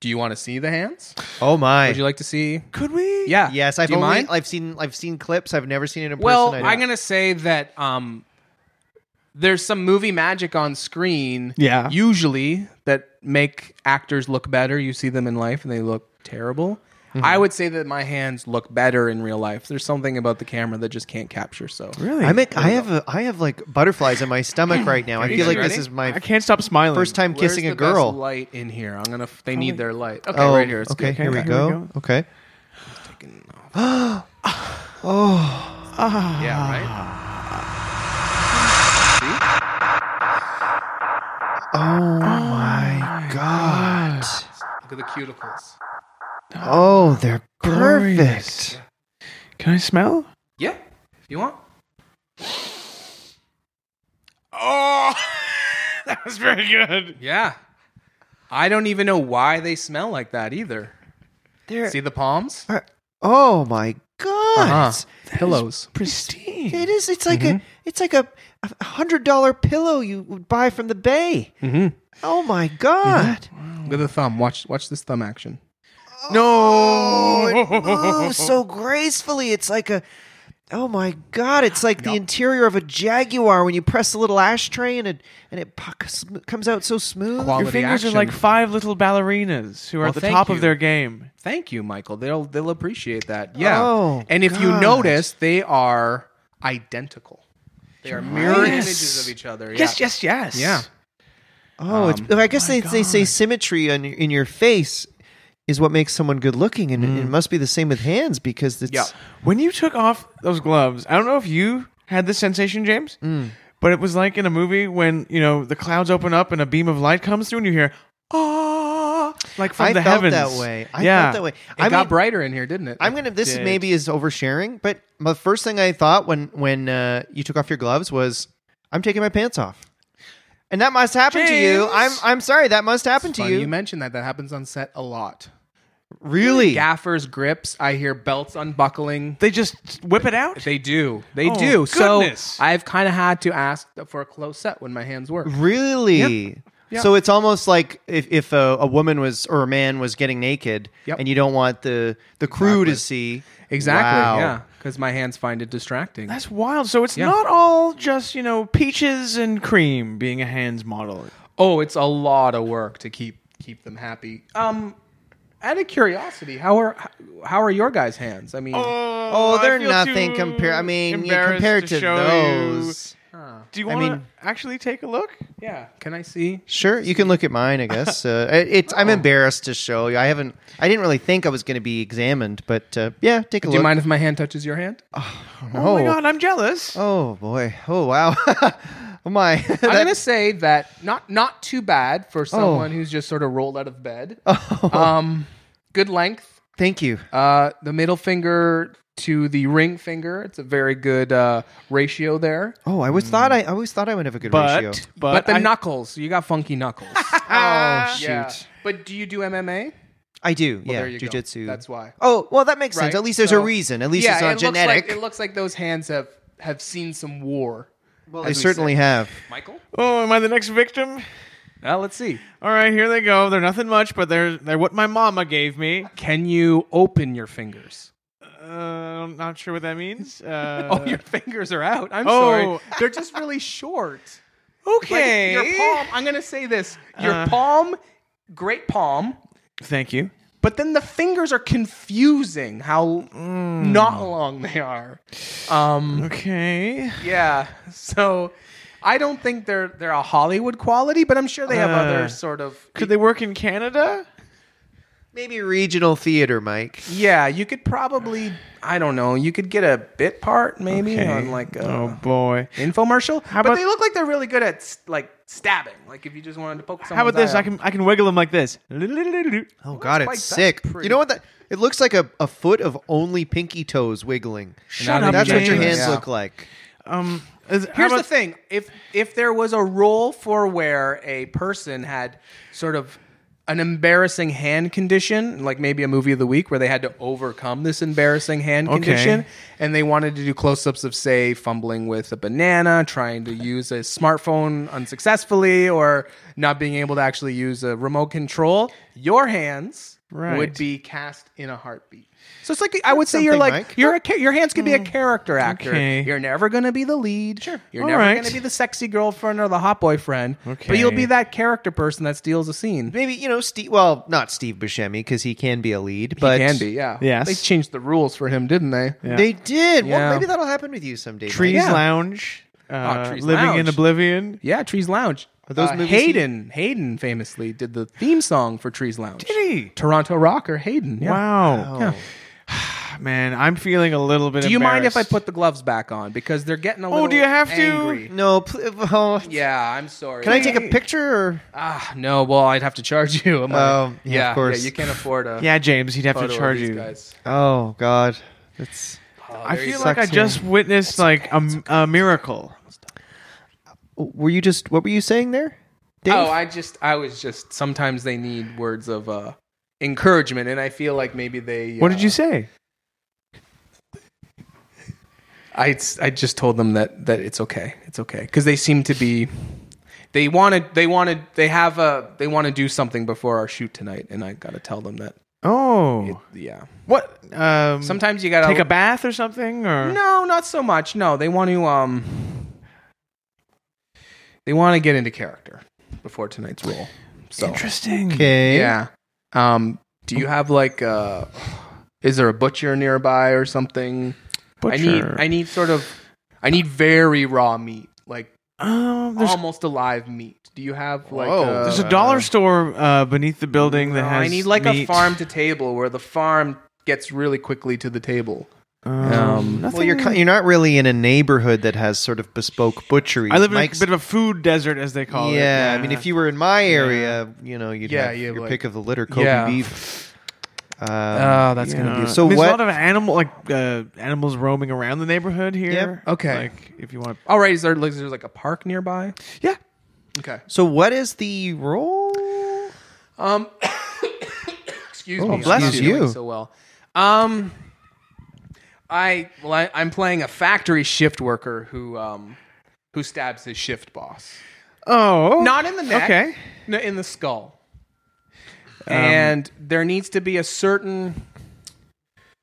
Speaker 4: Do you want to see the hands?
Speaker 3: Oh my.
Speaker 4: Would you like to see?
Speaker 1: Could we?
Speaker 4: Yeah.
Speaker 3: yes, I've
Speaker 4: Do you
Speaker 3: only
Speaker 4: mind?
Speaker 3: I've seen I've seen clips. I've never seen it in
Speaker 4: well,
Speaker 3: person. I
Speaker 4: I'm
Speaker 3: don't-
Speaker 4: gonna say that um, there's some movie magic on screen.
Speaker 1: Yeah.
Speaker 4: Usually that make actors look better. You see them in life and they look terrible.
Speaker 3: Mm-hmm.
Speaker 4: I would say that my hands look better in real life. There's something about the camera that just can't capture. So
Speaker 1: Really?
Speaker 3: I'm a, I have a I have like butterflies in my stomach right now. I feel like this
Speaker 4: ready?
Speaker 3: is my
Speaker 1: I can't stop smiling.
Speaker 3: first time
Speaker 4: Where's
Speaker 3: kissing
Speaker 4: the
Speaker 3: a girl.
Speaker 4: Best light in here. I'm gonna. F- they need their light. Okay,
Speaker 3: oh,
Speaker 4: right here. It's
Speaker 3: okay,
Speaker 4: good.
Speaker 3: here we
Speaker 1: Okay,
Speaker 3: go.
Speaker 1: here we go.
Speaker 3: Okay.
Speaker 1: Ah.
Speaker 4: Yeah,
Speaker 3: Ah.
Speaker 4: right. Oh
Speaker 3: Oh, God.
Speaker 4: Look at the cuticles.
Speaker 3: Oh, they're
Speaker 1: Glorious.
Speaker 3: perfect.
Speaker 1: Can I smell?
Speaker 4: Yeah, if you want.
Speaker 1: Oh, that was very good.
Speaker 4: Yeah. I don't even know why they smell like that either.
Speaker 3: They're
Speaker 4: See the palms?
Speaker 3: Oh my God.
Speaker 4: Uh-huh. Pillows.
Speaker 1: Pristine.
Speaker 3: It is. It's like a. It's like a a hundred dollar pillow you would buy from the bay. Oh my god!
Speaker 4: Look at the thumb. Watch watch this thumb action.
Speaker 3: Oh, it moves so gracefully. It's like a. Oh my god! It's like the interior of a Jaguar when you press a little ashtray and it and it po- sm- comes out so
Speaker 1: Your
Speaker 3: smooth.
Speaker 4: Qual- Quality
Speaker 1: fingers are
Speaker 4: action.
Speaker 1: like five little ballerinas who are
Speaker 4: Well,
Speaker 1: at the
Speaker 4: thank
Speaker 1: top of
Speaker 4: you.
Speaker 1: their game.
Speaker 4: Thank you, Michael. They'll they'll appreciate that. Yeah.
Speaker 3: Oh,
Speaker 4: and if you
Speaker 3: God.
Speaker 4: notice, they are identical. They are mirror
Speaker 1: Yes.
Speaker 4: images of each other. Yeah.
Speaker 1: Yes, yes, yes.
Speaker 4: Yeah.
Speaker 3: Oh, it's, I guess they, they say symmetry on, in your face is what makes someone good looking, and it must be the same with hands because it's.
Speaker 4: Yeah.
Speaker 1: When you took off those gloves, I don't know if you had this sensation, James,
Speaker 3: Mm.
Speaker 1: but it was like in a movie when you know the clouds open up and a beam of light comes through, and you hear ah, like from
Speaker 3: I
Speaker 1: the
Speaker 3: felt
Speaker 1: heavens.
Speaker 3: that way. I
Speaker 1: yeah.
Speaker 3: felt that way.
Speaker 4: It
Speaker 3: I
Speaker 4: got
Speaker 3: mean,
Speaker 4: brighter in here, didn't it?
Speaker 3: I'm gonna. This
Speaker 1: did.
Speaker 3: maybe is oversharing, but the first thing I thought when when uh, you took off your gloves was, "I'm taking my pants off," and that must happen to you.
Speaker 1: James!
Speaker 3: I'm I'm sorry, that must happen to
Speaker 4: Funny
Speaker 3: you.
Speaker 4: you mentioned that. That happens on set a lot.
Speaker 3: really?
Speaker 4: Gaffers, grips, I hear belts unbuckling.
Speaker 1: They just whip it out.
Speaker 4: They do. They
Speaker 1: Oh,
Speaker 4: do.
Speaker 1: goodness.
Speaker 4: So I've kind of had to ask for a close set when my hands work.
Speaker 3: Really?
Speaker 4: Yep.
Speaker 3: So it's almost like if, if a, a woman was or a man was getting naked,
Speaker 4: Yep.
Speaker 3: and you don't want the the crew
Speaker 4: Exactly.
Speaker 3: to see.
Speaker 4: Exactly.
Speaker 3: Wow.
Speaker 4: Yeah. Because my hands find it distracting.
Speaker 1: That's wild. So it's
Speaker 4: Yeah.
Speaker 1: not all just you know peaches and cream being a hands model.
Speaker 4: oh, it's a lot of work to keep keep them happy. Um, out of curiosity, how are how are your guys' hands? I mean,
Speaker 3: Oh, they're nothing compared. I mean, yeah, compared to, those.
Speaker 1: Do you
Speaker 3: I
Speaker 1: want to
Speaker 3: mean-
Speaker 1: actually take a look?
Speaker 4: yeah. Can I see?
Speaker 3: Sure, you can look at mine. I guess uh, it- it's.
Speaker 4: Oh.
Speaker 3: I'm embarrassed to show you. I haven't. I didn't really think I was going to be examined, but uh, yeah, take a
Speaker 4: Do
Speaker 3: look.
Speaker 4: you mind if my hand touches your hand?
Speaker 1: Oh my god, I'm jealous.
Speaker 3: Oh boy. Oh wow. oh my.
Speaker 4: I'm
Speaker 3: That-
Speaker 4: gonna say that not not too bad
Speaker 3: Oh.
Speaker 4: for someone who's just sort of rolled out of bed. Um, good length.
Speaker 3: Thank you.
Speaker 4: Uh, the middle finger to the ring finger. It's a very good uh, ratio there.
Speaker 3: Oh, I was thought I, I always thought I would have a good
Speaker 1: But
Speaker 3: ratio.
Speaker 1: but,
Speaker 4: But, the
Speaker 1: I-
Speaker 4: knuckles, you got funky knuckles.
Speaker 3: Oh shoot.
Speaker 4: Yeah. But do you do MMA?
Speaker 3: I do. yeah.
Speaker 4: there you go.
Speaker 3: jujitsu.
Speaker 4: That's why.
Speaker 3: Oh well, that makes sense.
Speaker 4: Right?
Speaker 3: At least there's
Speaker 4: So-
Speaker 3: a reason. At least
Speaker 4: yeah,
Speaker 3: it's not
Speaker 4: it
Speaker 3: genetic.
Speaker 4: Looks like, it looks like those hands have have seen some war.
Speaker 3: well,
Speaker 4: as
Speaker 3: they
Speaker 4: we
Speaker 3: certainly
Speaker 4: say.
Speaker 3: have.
Speaker 4: Michael.
Speaker 1: Oh, am I the next victim?
Speaker 4: Now Uh, let's see.
Speaker 1: All right, here they go. They're nothing much, but they're they're what my mama gave me.
Speaker 4: Can you open your fingers?
Speaker 1: Uh, I'm not sure what that means. Uh,
Speaker 4: oh, your fingers are out. I'm
Speaker 1: oh.
Speaker 4: sorry. They're just really short. Like,
Speaker 1: okay.
Speaker 4: your palm. I'm gonna say this. Your palm, great palm.
Speaker 1: Thank you.
Speaker 4: But then the fingers are confusing how not long they are. Um,
Speaker 1: Okay.
Speaker 4: Yeah. So I don't think they're they're a Hollywood quality, but I'm sure they have
Speaker 1: Uh,
Speaker 4: other sort of
Speaker 1: Could they work in Canada?
Speaker 3: Maybe regional theater, Mike.
Speaker 4: Yeah, you could probably I don't know. You could get a bit part maybe on like a
Speaker 1: oh boy.
Speaker 4: infomercial. but
Speaker 1: about-
Speaker 4: they look like they're really good at s- like stabbing. Like if you just wanted to poke someone.
Speaker 1: How about this? I can I can wiggle them like this. Oh,
Speaker 3: Oh God, it's
Speaker 4: Mike, that's
Speaker 3: sick.
Speaker 4: pretty-
Speaker 3: You know what? That it looks like a, a foot of only pinky toes wiggling.
Speaker 1: Shut
Speaker 4: up,
Speaker 3: That's what your
Speaker 4: James.
Speaker 3: hands
Speaker 4: Yeah.
Speaker 3: look like.
Speaker 1: Um, is, how
Speaker 4: Here's
Speaker 1: about
Speaker 4: the thing: if if there was a role for where a person had sort of an embarrassing hand condition, like maybe a movie of the week where they had to overcome this embarrassing hand
Speaker 1: Okay.
Speaker 4: condition, and they wanted to do close-ups of, say, fumbling with a banana, trying to use a smartphone unsuccessfully, or not being able to actually use a remote control, your hands
Speaker 1: Right.
Speaker 4: would be cast in a heartbeat. So it's like I would say you're
Speaker 3: something,
Speaker 4: like
Speaker 3: Mike.
Speaker 4: you're a, cha- your hands could be a character actor.
Speaker 1: Okay.
Speaker 4: You're never going to be the lead. Sure. You're
Speaker 1: All
Speaker 4: never
Speaker 1: right.
Speaker 4: going to be the sexy girlfriend or the hot boyfriend.
Speaker 1: Okay.
Speaker 4: But you'll be that character person that steals a scene.
Speaker 3: Maybe you know Steve. Well, not Steve Buscemi because he can be a lead, but
Speaker 4: But can be, yeah.
Speaker 1: Yes.
Speaker 4: They changed the rules for him, didn't they?
Speaker 1: Yeah.
Speaker 3: They did.
Speaker 4: Yeah.
Speaker 3: Well, maybe that'll happen with you someday. Mike.
Speaker 1: Trees
Speaker 4: Yeah. Ah,
Speaker 1: Lounge? Uh,
Speaker 4: Trees
Speaker 1: Living in
Speaker 4: Lounge.
Speaker 1: Oblivion.
Speaker 4: Yeah, Trees Lounge. Are
Speaker 3: those movies he-
Speaker 4: Hayden, Hayden famously did the theme song for Trees Lounge.
Speaker 1: Did he?
Speaker 4: Toronto rocker Hayden. Yeah.
Speaker 1: Wow,
Speaker 4: Yeah.
Speaker 1: man, I'm feeling a little bit.
Speaker 4: Do you mind if I
Speaker 1: embarrassed.
Speaker 4: put the gloves back on because they're getting a little?
Speaker 1: do you have to?
Speaker 4: angry.
Speaker 3: No. Pl- well,
Speaker 4: Yeah, I'm sorry.
Speaker 3: Can I take a picture? Or?
Speaker 4: Ah, no. Well, I'd have to charge you. a money.
Speaker 3: Oh, yeah, of course.
Speaker 4: you can't afford a
Speaker 1: Yeah, James, he'd have
Speaker 4: photo
Speaker 1: to
Speaker 4: of
Speaker 1: charge
Speaker 4: these
Speaker 1: you.
Speaker 4: guys.
Speaker 3: Oh God, that's.
Speaker 1: I feel
Speaker 3: go.
Speaker 1: like I
Speaker 3: Sucks,
Speaker 1: just witnessed like a, a miracle.
Speaker 3: Were you just? What were you saying there? Dave?
Speaker 4: Oh, I just, I was just. Sometimes they need words of uh, encouragement, and I feel like maybe they.
Speaker 1: What did you
Speaker 4: uh,
Speaker 1: say?
Speaker 4: I, I just told them that that it's okay, it's okay, because they seem to be. They wanted, they wanted, they have a, they want to do something before our shoot tonight, and I got to tell them that.
Speaker 1: Oh,
Speaker 4: Yeah.
Speaker 1: what? Um,
Speaker 4: Sometimes you got to
Speaker 1: take a bath or something, or
Speaker 4: No, not so much. No, they want to um they want to get into character before tonight's role. So
Speaker 1: interesting.
Speaker 3: Okay.
Speaker 4: yeah. Um do
Speaker 1: Oh.
Speaker 4: you have like uh is there a butcher nearby or something? I need
Speaker 1: Butcher.
Speaker 4: I need sort of I need very raw meat, like
Speaker 1: um, there's
Speaker 4: almost alive meat. Do you have like
Speaker 3: Whoa.
Speaker 4: uh,
Speaker 1: there's a dollar store uh, beneath the building that
Speaker 4: no,
Speaker 1: has.
Speaker 4: I need like a
Speaker 1: meat.
Speaker 4: farm to table where the farm gets really quickly to the table.
Speaker 1: Um,
Speaker 4: Um,
Speaker 1: nothing-
Speaker 3: Well, you're ki- you're not really in a neighborhood that has sort of bespoke butchery.
Speaker 1: I live in a
Speaker 3: Mike's-
Speaker 1: bit of a food desert, as they call it.
Speaker 3: yeah, I mean, if you were in my area, you know, you'd
Speaker 4: Yeah,
Speaker 3: have
Speaker 4: you
Speaker 3: your
Speaker 4: have, like-
Speaker 3: pick of the litter, Kobe
Speaker 4: Yeah. Uh,
Speaker 3: beef. Um,
Speaker 4: that's
Speaker 1: Yeah.
Speaker 3: so
Speaker 1: I mean, there's
Speaker 3: what-
Speaker 1: a lot of animal like uh, animals roaming around the neighborhood here.
Speaker 3: Yep.
Speaker 4: Okay.
Speaker 1: Like if you want.
Speaker 4: All right, is there, like, is there like a park nearby?
Speaker 1: Yeah.
Speaker 4: Okay.
Speaker 3: so what is the role?
Speaker 4: Um, excuse
Speaker 1: Oh,
Speaker 4: me. I'm
Speaker 3: bless
Speaker 4: not
Speaker 3: you.
Speaker 4: doing So well. Um, I well, I, I'm playing a factory shift worker who um who stabs his shift boss.
Speaker 1: Oh.
Speaker 4: Not in the neck.
Speaker 1: Okay. Um,
Speaker 4: No, in the skull. and there needs to be a certain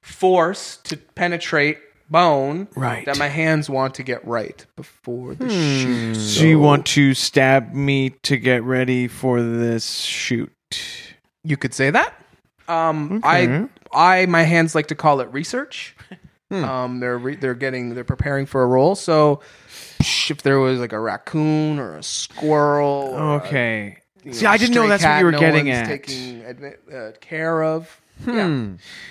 Speaker 4: force to penetrate bone
Speaker 1: Right. Hmm.
Speaker 4: that my hands want to get right before the shoot.
Speaker 1: So you want to stab me to get ready for this shoot?
Speaker 4: You could say that. Um, I, I, my hands like to call it research.
Speaker 1: Hmm.
Speaker 4: Um, they're re- they're getting they're preparing for a role. So, psh, if there was like a raccoon or a squirrel, or a,
Speaker 1: Okay.
Speaker 4: Uh, you
Speaker 1: See, I didn't know
Speaker 4: stray
Speaker 1: that's what
Speaker 4: cat
Speaker 1: you were
Speaker 4: no
Speaker 1: getting
Speaker 4: one's
Speaker 1: at. Hmm.
Speaker 4: Taking admi- uh, care of. Yeah.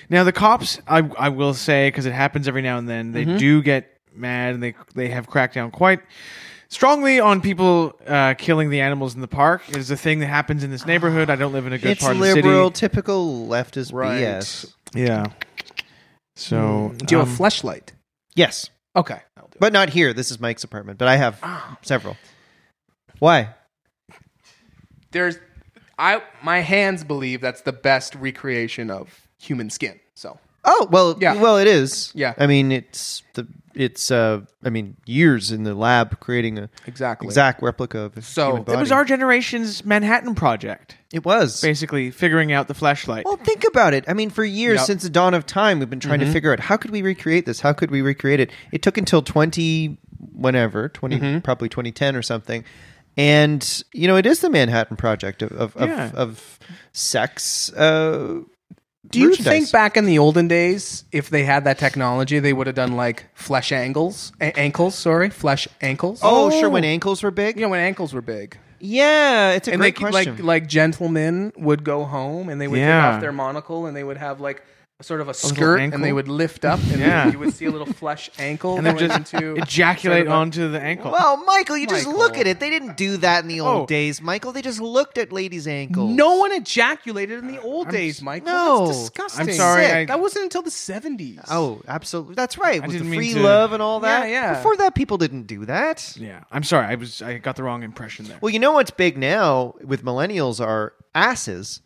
Speaker 1: Now the cops, I I will say, because it happens every now and then,
Speaker 4: Mm-hmm.
Speaker 1: they do get mad and they they have cracked down quite strongly on people uh, killing the animals in the park. It is a thing that happens in this neighborhood. I don't live in a good
Speaker 3: It's
Speaker 1: part
Speaker 3: liberal,
Speaker 1: of
Speaker 3: typical leftist
Speaker 4: Right.
Speaker 3: BS.
Speaker 1: the city. Yeah. So
Speaker 4: Mm, Do you have
Speaker 1: um,
Speaker 4: a fleshlight?
Speaker 3: Yes,
Speaker 4: Okay. I'll do it.
Speaker 3: but not here. This is Mike's apartment, but I have several. Why?
Speaker 4: There's, I my hands believe that's the best recreation of human skin. So
Speaker 3: Oh well,
Speaker 4: Yeah.
Speaker 3: well it is.
Speaker 4: Yeah.
Speaker 3: I mean it's the it's uh I mean years in the lab creating a
Speaker 4: exactly.
Speaker 3: exact replica of a
Speaker 4: So,
Speaker 3: human
Speaker 4: it
Speaker 3: body.
Speaker 1: it was our generation's Manhattan Project,
Speaker 3: It was.
Speaker 1: basically figuring out the flashlight.
Speaker 3: Well, think about it. I mean, for years
Speaker 4: Yep.
Speaker 3: since the dawn of time, we've been trying
Speaker 4: Mm-hmm.
Speaker 3: to figure out how could we recreate this? How could we recreate it? It took until 20 whenever, 20
Speaker 4: Mm-hmm.
Speaker 3: probably 2010 or something. And you know, it is the Manhattan project of of
Speaker 1: Yeah.
Speaker 3: of, of sex uh
Speaker 4: Do you
Speaker 3: merchandise.
Speaker 4: think back in the olden days, if they had that technology, they would have done like flesh angles, a- ankles? Sorry, flesh ankles.
Speaker 3: Oh, sure when ankles were big?
Speaker 4: you know when ankles were big.
Speaker 3: Yeah, it's a
Speaker 4: and
Speaker 3: great
Speaker 4: they could,
Speaker 3: question.
Speaker 4: like like gentlemen would go home and they would
Speaker 1: Yeah.
Speaker 4: take off their monocle and they would have like sort of a
Speaker 1: little
Speaker 4: skirt and they
Speaker 1: ankle?
Speaker 4: would lift up and
Speaker 1: Yeah.
Speaker 4: you would see a little flesh ankle
Speaker 1: and then
Speaker 4: going
Speaker 1: just
Speaker 4: into
Speaker 1: ejaculate
Speaker 4: sort of a-
Speaker 1: onto the ankle.
Speaker 3: well, Michael, you just
Speaker 4: Michael.
Speaker 3: look at it. They didn't do that in the old
Speaker 1: Oh.
Speaker 3: days, Michael. They just looked at ladies' ankles.
Speaker 4: No one ejaculated in the old days, Michael.
Speaker 3: No.
Speaker 4: That's disgusting.
Speaker 1: I'm sorry,
Speaker 3: Sick.
Speaker 1: I-
Speaker 4: That wasn't until the 70s.
Speaker 3: Oh, absolutely. That's right. With
Speaker 1: didn't
Speaker 3: the
Speaker 1: mean
Speaker 3: free
Speaker 1: to-
Speaker 3: love and all that.
Speaker 4: Yeah, yeah.
Speaker 3: Before that, people didn't do that.
Speaker 1: yeah, I'm sorry. I was I got the wrong impression there.
Speaker 3: Well, you know what's big now with millennials are asses.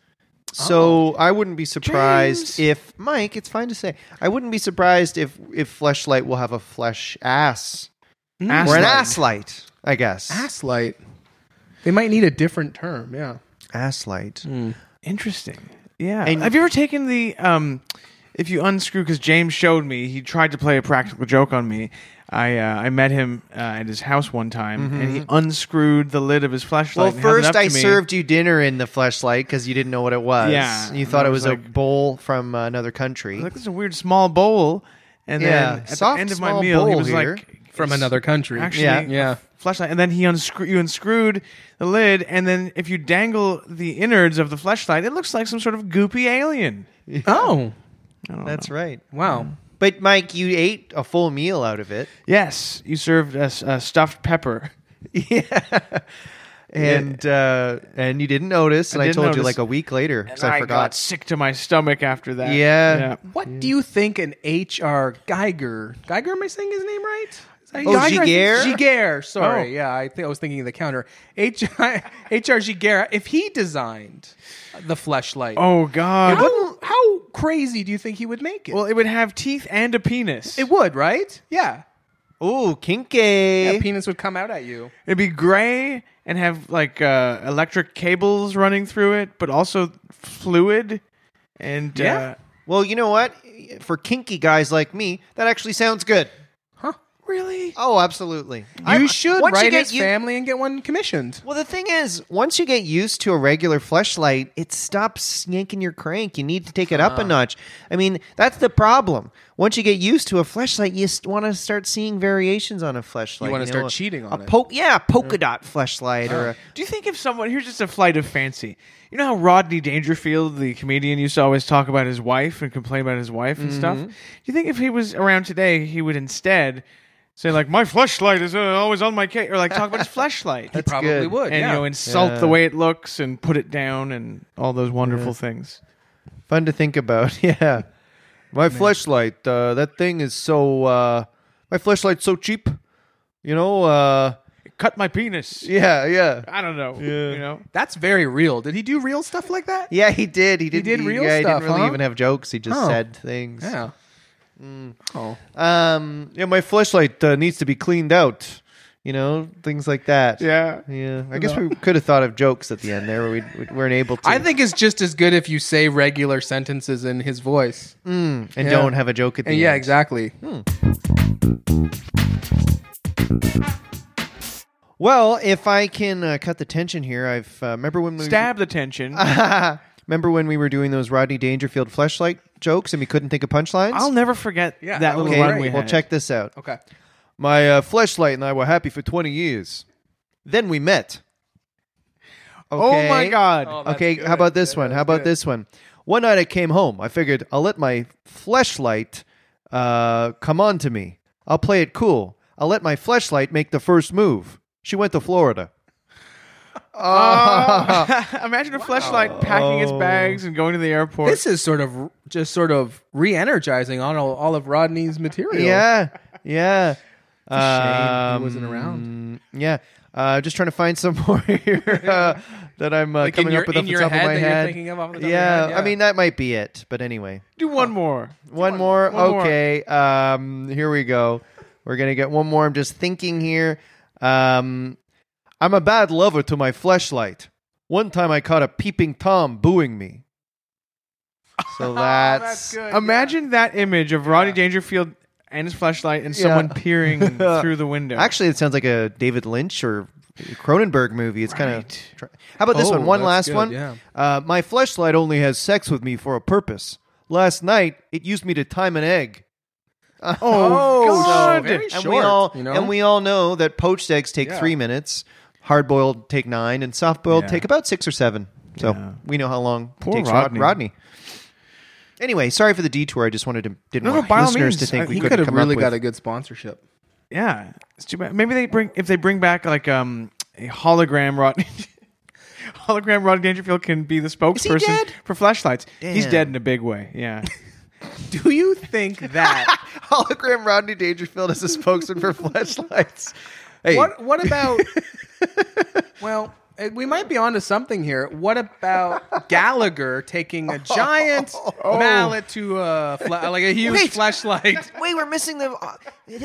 Speaker 3: So I wouldn't be surprised
Speaker 1: Oh. James.
Speaker 3: if Mike. It's fine to say. I wouldn't be surprised if if Fleshlight will have a flesh ass
Speaker 1: Ass
Speaker 3: or an
Speaker 1: light.
Speaker 3: ass light. I guess
Speaker 4: Ass light. They might need a different term, yeah.
Speaker 3: ass light.
Speaker 1: hmm. Interesting. Yeah.
Speaker 3: And-
Speaker 1: Have you ever taken the um if you unscrew cuz James showed me, he tried to play a practical joke on me. I uh, I met him uh, at his house one time and he unscrewed the lid of his flashlight.
Speaker 3: Mm-hmm. Well,
Speaker 1: and held it up
Speaker 3: first
Speaker 1: to
Speaker 3: I
Speaker 1: me.
Speaker 3: served you dinner in the fleshlight because you didn't know what it was.
Speaker 1: Yeah,
Speaker 3: you thought
Speaker 1: and I
Speaker 3: it was
Speaker 1: was
Speaker 3: a
Speaker 1: like-
Speaker 3: bowl from uh, another
Speaker 1: I
Speaker 3: country.
Speaker 1: was Like this is a weird small bowl and
Speaker 3: Yeah,
Speaker 1: then at
Speaker 3: soft,
Speaker 1: the end of
Speaker 3: small
Speaker 1: my meal he
Speaker 3: bowl
Speaker 1: was
Speaker 3: here.
Speaker 1: like
Speaker 4: From
Speaker 1: "It's
Speaker 4: another country.
Speaker 1: Actually,
Speaker 3: Yeah.
Speaker 4: Yeah.
Speaker 1: Flashlight, and then he unscrew you unscrewed the lid, and then if you dangle the innards of the flashlight, it looks like some sort of goopy alien.
Speaker 4: Oh,
Speaker 3: That's right.
Speaker 4: wow.
Speaker 3: But Mike, you ate a full meal out of it.
Speaker 1: Yes, you served us uh, stuffed pepper.
Speaker 3: yeah. And uh, and you didn't notice, and I,
Speaker 1: didn't
Speaker 3: told you
Speaker 1: notice.
Speaker 3: like a week later because
Speaker 1: And
Speaker 3: I,
Speaker 1: got
Speaker 3: forgot.
Speaker 1: sick to my stomach after that.
Speaker 3: Yeah.
Speaker 4: What do you think an H.R. Geiger? Geiger, am I saying his name right? Is that
Speaker 3: Oh,
Speaker 4: Geiger, I think-
Speaker 3: Giger?
Speaker 4: Giger, sorry.
Speaker 1: Oh.
Speaker 4: Yeah, I think I was thinking of the counter. H- H.R. Giger, if he designed the fleshlight,
Speaker 1: Oh God.
Speaker 4: how, how crazy do you think he would make it?
Speaker 1: Well, it would have teeth and a penis.
Speaker 4: it would, right? Yeah.
Speaker 3: Ooh, kinky.
Speaker 4: That penis would come out at you.
Speaker 1: It'd be gray and have like uh, electric cables running through it, but also fluid. And
Speaker 4: Yeah.
Speaker 1: uh,
Speaker 3: well, you know what? For kinky guys like me, that actually sounds good.
Speaker 4: Huh?
Speaker 1: really,
Speaker 3: Oh, absolutely.
Speaker 4: You should
Speaker 3: once you
Speaker 4: write
Speaker 3: get
Speaker 4: his
Speaker 3: you-
Speaker 4: family and get one commissioned.
Speaker 3: Well, the thing is, once you get used to a regular fleshlight, it stops yanking your crank. You need to take it up a notch. I mean, that's the problem. Once you get used to a fleshlight, you st- want to start seeing variations on a fleshlight.
Speaker 4: wanna
Speaker 3: know,
Speaker 4: start
Speaker 3: a-
Speaker 4: cheating on
Speaker 3: a
Speaker 4: it.
Speaker 3: Poke, yeah, a polka dot fleshlight or a,
Speaker 1: do you think if someone here's just a flight of fancy? You know how Rodney Dangerfield, the comedian, used to always talk about his wife and complain about his wife and stuff.
Speaker 3: Mm-hmm.
Speaker 1: Do you think if he was around today, he would instead say like, "My flashlight is uh, always on my case," or like talk about his flashlight?
Speaker 4: He probably
Speaker 3: good.
Speaker 4: would.
Speaker 1: and
Speaker 4: yeah.
Speaker 1: you know insult
Speaker 3: Yeah.
Speaker 1: the way it looks and put it down and all those wonderful things.
Speaker 3: fun to think about. Yeah, my flashlight. Uh, that thing is so. Uh, my flashlight's so cheap. You know. Uh,
Speaker 1: Cut my penis.
Speaker 3: yeah, yeah,
Speaker 1: I don't know. You know.
Speaker 4: That's very real. Did he do real stuff like that?
Speaker 3: yeah. He did. He did.
Speaker 4: did real
Speaker 3: yeah, He
Speaker 4: stuff,
Speaker 3: didn't really
Speaker 4: huh?
Speaker 3: even have jokes. He just
Speaker 4: Oh.
Speaker 3: said things.
Speaker 4: Yeah. Oh.
Speaker 3: Um. Yeah, my flashlight uh, needs to be cleaned out. You know, things like that.
Speaker 1: Yeah.
Speaker 3: Yeah. I guess we could have thought of jokes at the end there, but we, we weren't able to.
Speaker 4: I think it's just as good if you say regular sentences in his voice.
Speaker 3: and
Speaker 4: yeah.
Speaker 3: don't have a joke at the
Speaker 4: And
Speaker 3: end.
Speaker 4: yeah, Hmm. exactly.
Speaker 3: Well, if I can uh, cut the tension here, I've uh, remember when we
Speaker 1: Stab the tension. Uh-huh.
Speaker 3: Remember when we were doing those Rodney Dangerfield fleshlight jokes and we couldn't think of punchlines?
Speaker 1: I'll never forget
Speaker 4: Yeah,
Speaker 1: that little
Speaker 3: okay,
Speaker 1: run we
Speaker 3: well,
Speaker 1: had.
Speaker 3: check this out.
Speaker 4: Okay.
Speaker 3: My uh, fleshlight and I were happy for 20 years. Then we met.
Speaker 1: Oh my god.
Speaker 4: Oh, that's
Speaker 3: okay,
Speaker 4: good.
Speaker 3: how about this
Speaker 4: Yeah,
Speaker 3: one? How
Speaker 4: that's
Speaker 3: about
Speaker 4: good.
Speaker 3: this one? One night I came home. I figured I'll let my fleshlight uh, come on to me. I'll play it cool. I'll let my fleshlight make the first move. She went to Florida.
Speaker 1: Imagine a flashlight packing its bags and going to the airport.
Speaker 4: This is sort of just sort of re-energizing on all, all of Rodney's material.
Speaker 3: Yeah, yeah.
Speaker 4: shame he wasn't
Speaker 3: Um,
Speaker 4: around.
Speaker 3: Yeah, uh, just trying to find some more here uh, that I'm uh,
Speaker 4: Like in
Speaker 3: coming
Speaker 4: your-
Speaker 3: up with
Speaker 4: in
Speaker 3: off the
Speaker 4: your
Speaker 3: top
Speaker 4: head
Speaker 3: of my
Speaker 4: that you're
Speaker 3: head.
Speaker 4: thinking of off the top of your
Speaker 3: yeah,
Speaker 4: head,
Speaker 3: I
Speaker 4: yeah.
Speaker 3: mean that might be it. But anyway,
Speaker 1: do one more.
Speaker 3: one more.
Speaker 1: one more.
Speaker 3: okay, Um, here we go. We're gonna get one more. I'm just thinking here. Um, I'm a bad lover to my fleshlight. One time I caught a peeping tom booing me. So that's,
Speaker 1: Imagine that image of Rodney Dangerfield and his flashlight and someone
Speaker 3: Yeah.
Speaker 1: peering through the window.
Speaker 3: Actually, it sounds like a David Lynch or Cronenberg movie. It's kind of.
Speaker 1: Right.
Speaker 3: How about this
Speaker 4: Oh,
Speaker 3: one? One
Speaker 4: that's
Speaker 3: last
Speaker 4: good,
Speaker 3: one.
Speaker 4: yeah.
Speaker 3: Uh, my fleshlight only has sex with me for a purpose. Last night, it used me to time an egg.
Speaker 1: oh,
Speaker 4: Oh,
Speaker 1: god.
Speaker 4: so very
Speaker 3: And we
Speaker 4: Short,
Speaker 1: Oh,
Speaker 3: all
Speaker 4: you know?
Speaker 3: and we all know that poached eggs take
Speaker 4: Yeah.
Speaker 3: three minutes. hard boiled take nine, and soft boiled
Speaker 1: Yeah.
Speaker 3: take about six or seven. So
Speaker 1: Yeah.
Speaker 3: we know how long it
Speaker 1: Poor
Speaker 3: takes Rod-
Speaker 1: Rodney.
Speaker 3: Rodney. Anyway, sorry for the detour. I just wanted to didn't
Speaker 1: No, no,
Speaker 3: want
Speaker 1: by all
Speaker 3: listeners to
Speaker 1: means.
Speaker 3: think
Speaker 1: I-
Speaker 3: we
Speaker 1: he
Speaker 4: He
Speaker 3: couldn't
Speaker 4: could have
Speaker 3: come up
Speaker 4: really
Speaker 3: with.
Speaker 4: got a good sponsorship.
Speaker 1: Yeah, it's too bad. Maybe they bring if they bring back like um a hologram Rod. hologram Rod Dangerfield can be the spokesperson
Speaker 3: dead?
Speaker 1: for flashlights. He's
Speaker 3: Damn.
Speaker 1: dead in a big way. Yeah.
Speaker 4: Do you think that?
Speaker 3: hologram Rodney Dangerfield as a spokesman for flashlights. Hey,
Speaker 4: what What about? well, eh, we might be onto something here. What about Gallagher taking a giant mallet to a fla- like a huge
Speaker 3: Wait.
Speaker 4: flashlight?
Speaker 3: wait, we're missing the uh,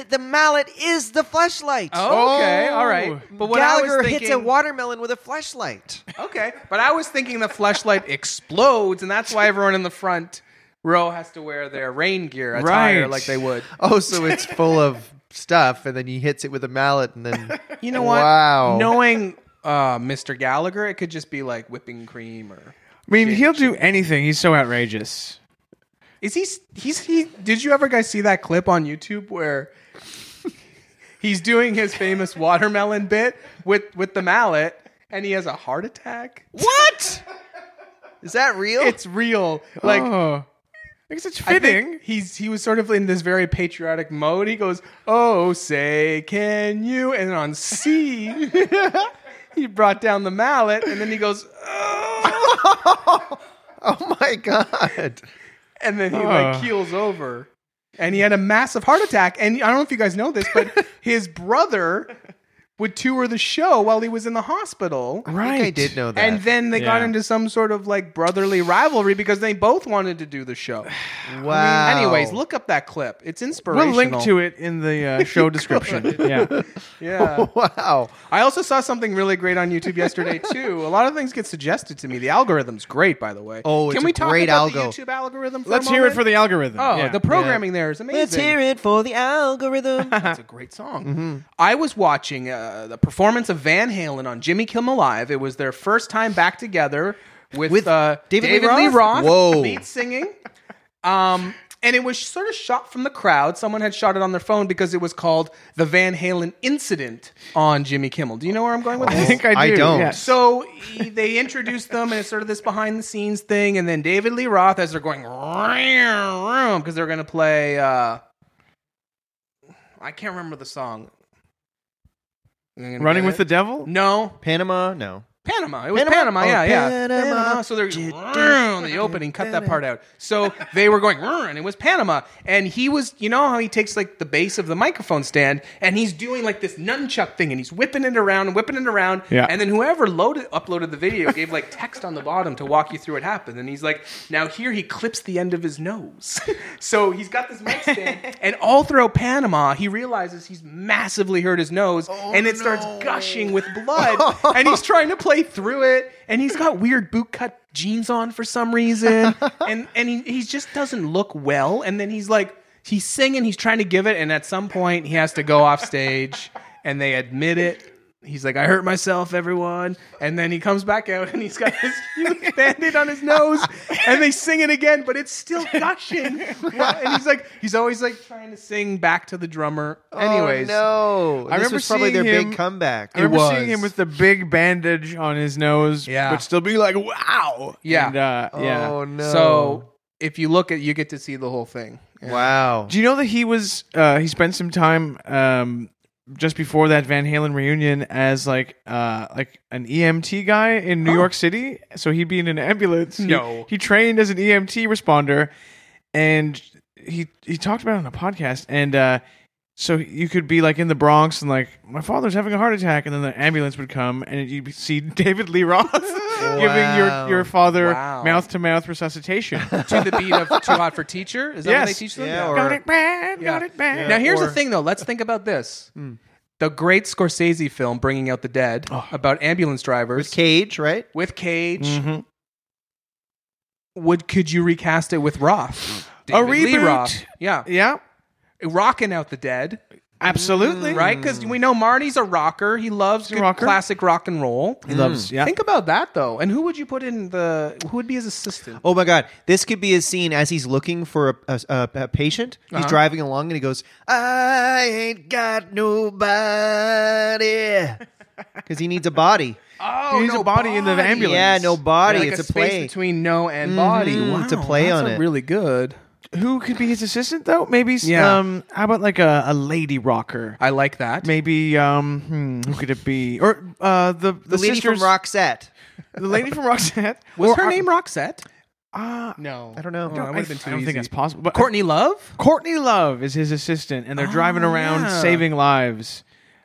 Speaker 3: the mallet is the flashlight.
Speaker 4: Oh, okay, all right. But what I was thinking,
Speaker 3: watermelon with a flashlight.
Speaker 4: Okay, but I was thinking the flashlight explodes, and that's why everyone in the front row has to wear their rain gear attire
Speaker 1: Right.
Speaker 4: like they would.
Speaker 3: Oh, so it's full of stuff, and then he hits it with a mallet, and then
Speaker 4: You know what?
Speaker 3: Wow.
Speaker 4: Knowing uh, Mr. Gallagher, it could just be like whipping cream or.
Speaker 1: I mean, he'll do anything. He's so outrageous.
Speaker 4: Is he? He's he. Did you ever guys see that clip on YouTube where he's doing his famous watermelon bit with with the mallet, and he has a heart attack?
Speaker 3: what? Is that real?
Speaker 4: It's real. Like
Speaker 1: oh. I guess it's
Speaker 4: I think
Speaker 1: fitting.
Speaker 4: He's he was sort of in this very patriotic mode. He goes, "Oh, say can you?" And on C, he brought down the mallet, and then he goes, "Oh,"
Speaker 3: oh my god!
Speaker 4: and then he like
Speaker 1: Oh.
Speaker 4: keels over, and he had a massive heart attack. And I don't know if you guys know this, but his brother would tour the show while he was in the hospital.
Speaker 1: right.
Speaker 3: I think I did know that.
Speaker 4: And then they got
Speaker 1: Yeah.
Speaker 4: into some sort of like brotherly rivelry because they both wanted to do the show.
Speaker 3: wow.
Speaker 4: Anyways, look up that clip. It's inspirational.
Speaker 1: We'll link to it in the uh, show description. Yeah.
Speaker 4: Yeah.
Speaker 3: Wow.
Speaker 4: I also saw something really great on YouTube yesterday too. A lot of things get suggested to me. The algorithm's great, by the way.
Speaker 3: Oh, it's
Speaker 4: can
Speaker 3: a
Speaker 4: we talk
Speaker 3: great
Speaker 4: about the
Speaker 3: algo.
Speaker 4: YouTube algorithm? For
Speaker 1: Let's
Speaker 4: a
Speaker 1: hear it
Speaker 4: moment?
Speaker 1: for the algorithm.
Speaker 4: Oh,
Speaker 1: yeah.
Speaker 4: the programming there is amazing.
Speaker 3: it for the algorithm.
Speaker 4: That's a great song. I was watching uh, the performance of Van Halen on Jimmy Kimmel Live. It was their first time back together with,
Speaker 3: With
Speaker 4: uh,
Speaker 3: David Lee
Speaker 4: Lee
Speaker 3: Roth?
Speaker 4: Roth,
Speaker 3: Whoa.
Speaker 4: lead singing. Um, and it was sort of shot from the crowd. Someone had shot it on their phone because it was called the Van Halen Incident on Jimmy Kimmel. Do you know where I'm going with
Speaker 1: I
Speaker 4: this?
Speaker 1: think I do.
Speaker 3: I don't.
Speaker 1: yeah.
Speaker 4: So he, they introduced them, and it's sort of this behind the scenes thing. And then David Lee Roth, as they're going because they're going to play. Uh, I can't remember the song.
Speaker 1: Running with the devil?
Speaker 4: no
Speaker 3: Panama? No.
Speaker 4: Panama. It was
Speaker 3: Panama?
Speaker 4: Panama.
Speaker 3: Oh,
Speaker 4: yeah, yeah.
Speaker 3: Panama.
Speaker 4: So they're in the opening. Cut that part out. So they were going, and it was Panama. And he was, you know how he takes like the base of the microphone stand, and he's doing like this nunchuck thing, and he's whipping it around and whipping it around.
Speaker 1: Yeah.
Speaker 4: And then whoever loaded uploaded the video gave like text on the bottom to walk you through what happened. And he's like, now here he clips the end of his nose. so he's got this mic stand, and all throughout Panama, he realizes he's massively hurt his nose, and it starts gushing with blood. and he's trying to play through it, and he's got weird bootcut jeans on for some reason, and and he, he just doesn't look well. And then he's like. He's singing, he's trying to give it, and at some point he has to go off stage and they admit it He's like, I hurt myself, everyone. And then he comes back out and he's got this huge bandit on his nose. And they sing it again, but it's still gushing. and he's like, he's always like trying to sing back to the drummer. Anyways,
Speaker 3: oh, no. I
Speaker 1: remember
Speaker 3: was probably their
Speaker 1: seeing
Speaker 3: big
Speaker 1: him-
Speaker 3: comeback.
Speaker 1: I remember seeing
Speaker 4: was.
Speaker 1: him with the big bandage on his nose,
Speaker 4: Yeah.
Speaker 1: but still be like, "Wow!"
Speaker 4: Yeah.
Speaker 1: and, uh, yeah.
Speaker 3: Oh no.
Speaker 4: so if you look at, you get to see the whole thing.
Speaker 3: wow.
Speaker 1: Do you know that he was uh, he spent some time um, just before that Van Halen reunion as like uh, like an EMT guy in New York City? So he'd be in an ambulance. He-
Speaker 4: Oh. No.
Speaker 1: he, trained as an EMT responder, and he he talked about it on a podcast and. Uh, so you could be like in the Bronx and like my father's having a heart attack, and then the ambulance would come and you'd see David Lee Roth giving
Speaker 3: Wow.
Speaker 1: your your father
Speaker 4: Wow.
Speaker 1: mouth to mouth resuscitation.
Speaker 4: to the beat of Too Hot for Teacher. Is that what they
Speaker 1: Yes.
Speaker 4: teach them?
Speaker 3: Yeah, or-
Speaker 1: got it bad,
Speaker 4: Yeah.
Speaker 1: got it bad.
Speaker 4: Now here's
Speaker 3: Or- Hmm.
Speaker 4: the thing, though. Let's think about this: the great Scorsese film "Bringing Out the Dead" about ambulance drivers
Speaker 3: Cage, right?
Speaker 4: with Cage.
Speaker 3: Mm-hmm.
Speaker 4: Would could you recast it with Roth? David Lee
Speaker 1: reboot.
Speaker 4: Roth. Yeah,
Speaker 1: Yeah,
Speaker 4: rocking out the dead,
Speaker 1: absolutely.
Speaker 4: right? Because we know Marty's a rocker. Mm. He loves
Speaker 1: a
Speaker 4: good
Speaker 1: rocker.
Speaker 4: classic rock and roll.
Speaker 1: He loves. Yeah.
Speaker 4: Think about that though. And who would you put in the? Who would be his assistant?
Speaker 3: Oh my God! This could be a scene as he's looking for a, a, a, a patient. He's driving along and he goes, "I ain't got nobody." because he needs a body.
Speaker 4: Oh,
Speaker 1: He's a body in the ambulance.
Speaker 3: Yeah, no body.
Speaker 4: Yeah, like
Speaker 3: it's a,
Speaker 4: space
Speaker 3: play.
Speaker 4: between no and body. Wow,
Speaker 3: it's a play
Speaker 4: that's
Speaker 3: on
Speaker 4: a
Speaker 3: it.
Speaker 4: Really good.
Speaker 1: Who could be his assistant though? Maybe s-
Speaker 4: Yeah.
Speaker 1: um how about like a, a lady rocker?
Speaker 4: I like that.
Speaker 1: Maybe um hmm, who could it be? Or uh the the,
Speaker 3: the lady
Speaker 1: sisters,
Speaker 3: from Roxette.
Speaker 1: the lady from Roxette.
Speaker 4: Was
Speaker 1: Or,
Speaker 4: her
Speaker 1: uh,
Speaker 4: name Roxette?
Speaker 1: Uh,
Speaker 4: No,
Speaker 3: I don't know.
Speaker 4: Oh, that
Speaker 1: I,
Speaker 4: would have been
Speaker 1: I
Speaker 4: too
Speaker 1: don't
Speaker 4: easy.
Speaker 1: think that's possible. But
Speaker 4: Courtney Love.
Speaker 1: Courtney Love is his assistant, and they're driving around
Speaker 4: yeah.
Speaker 1: saving lives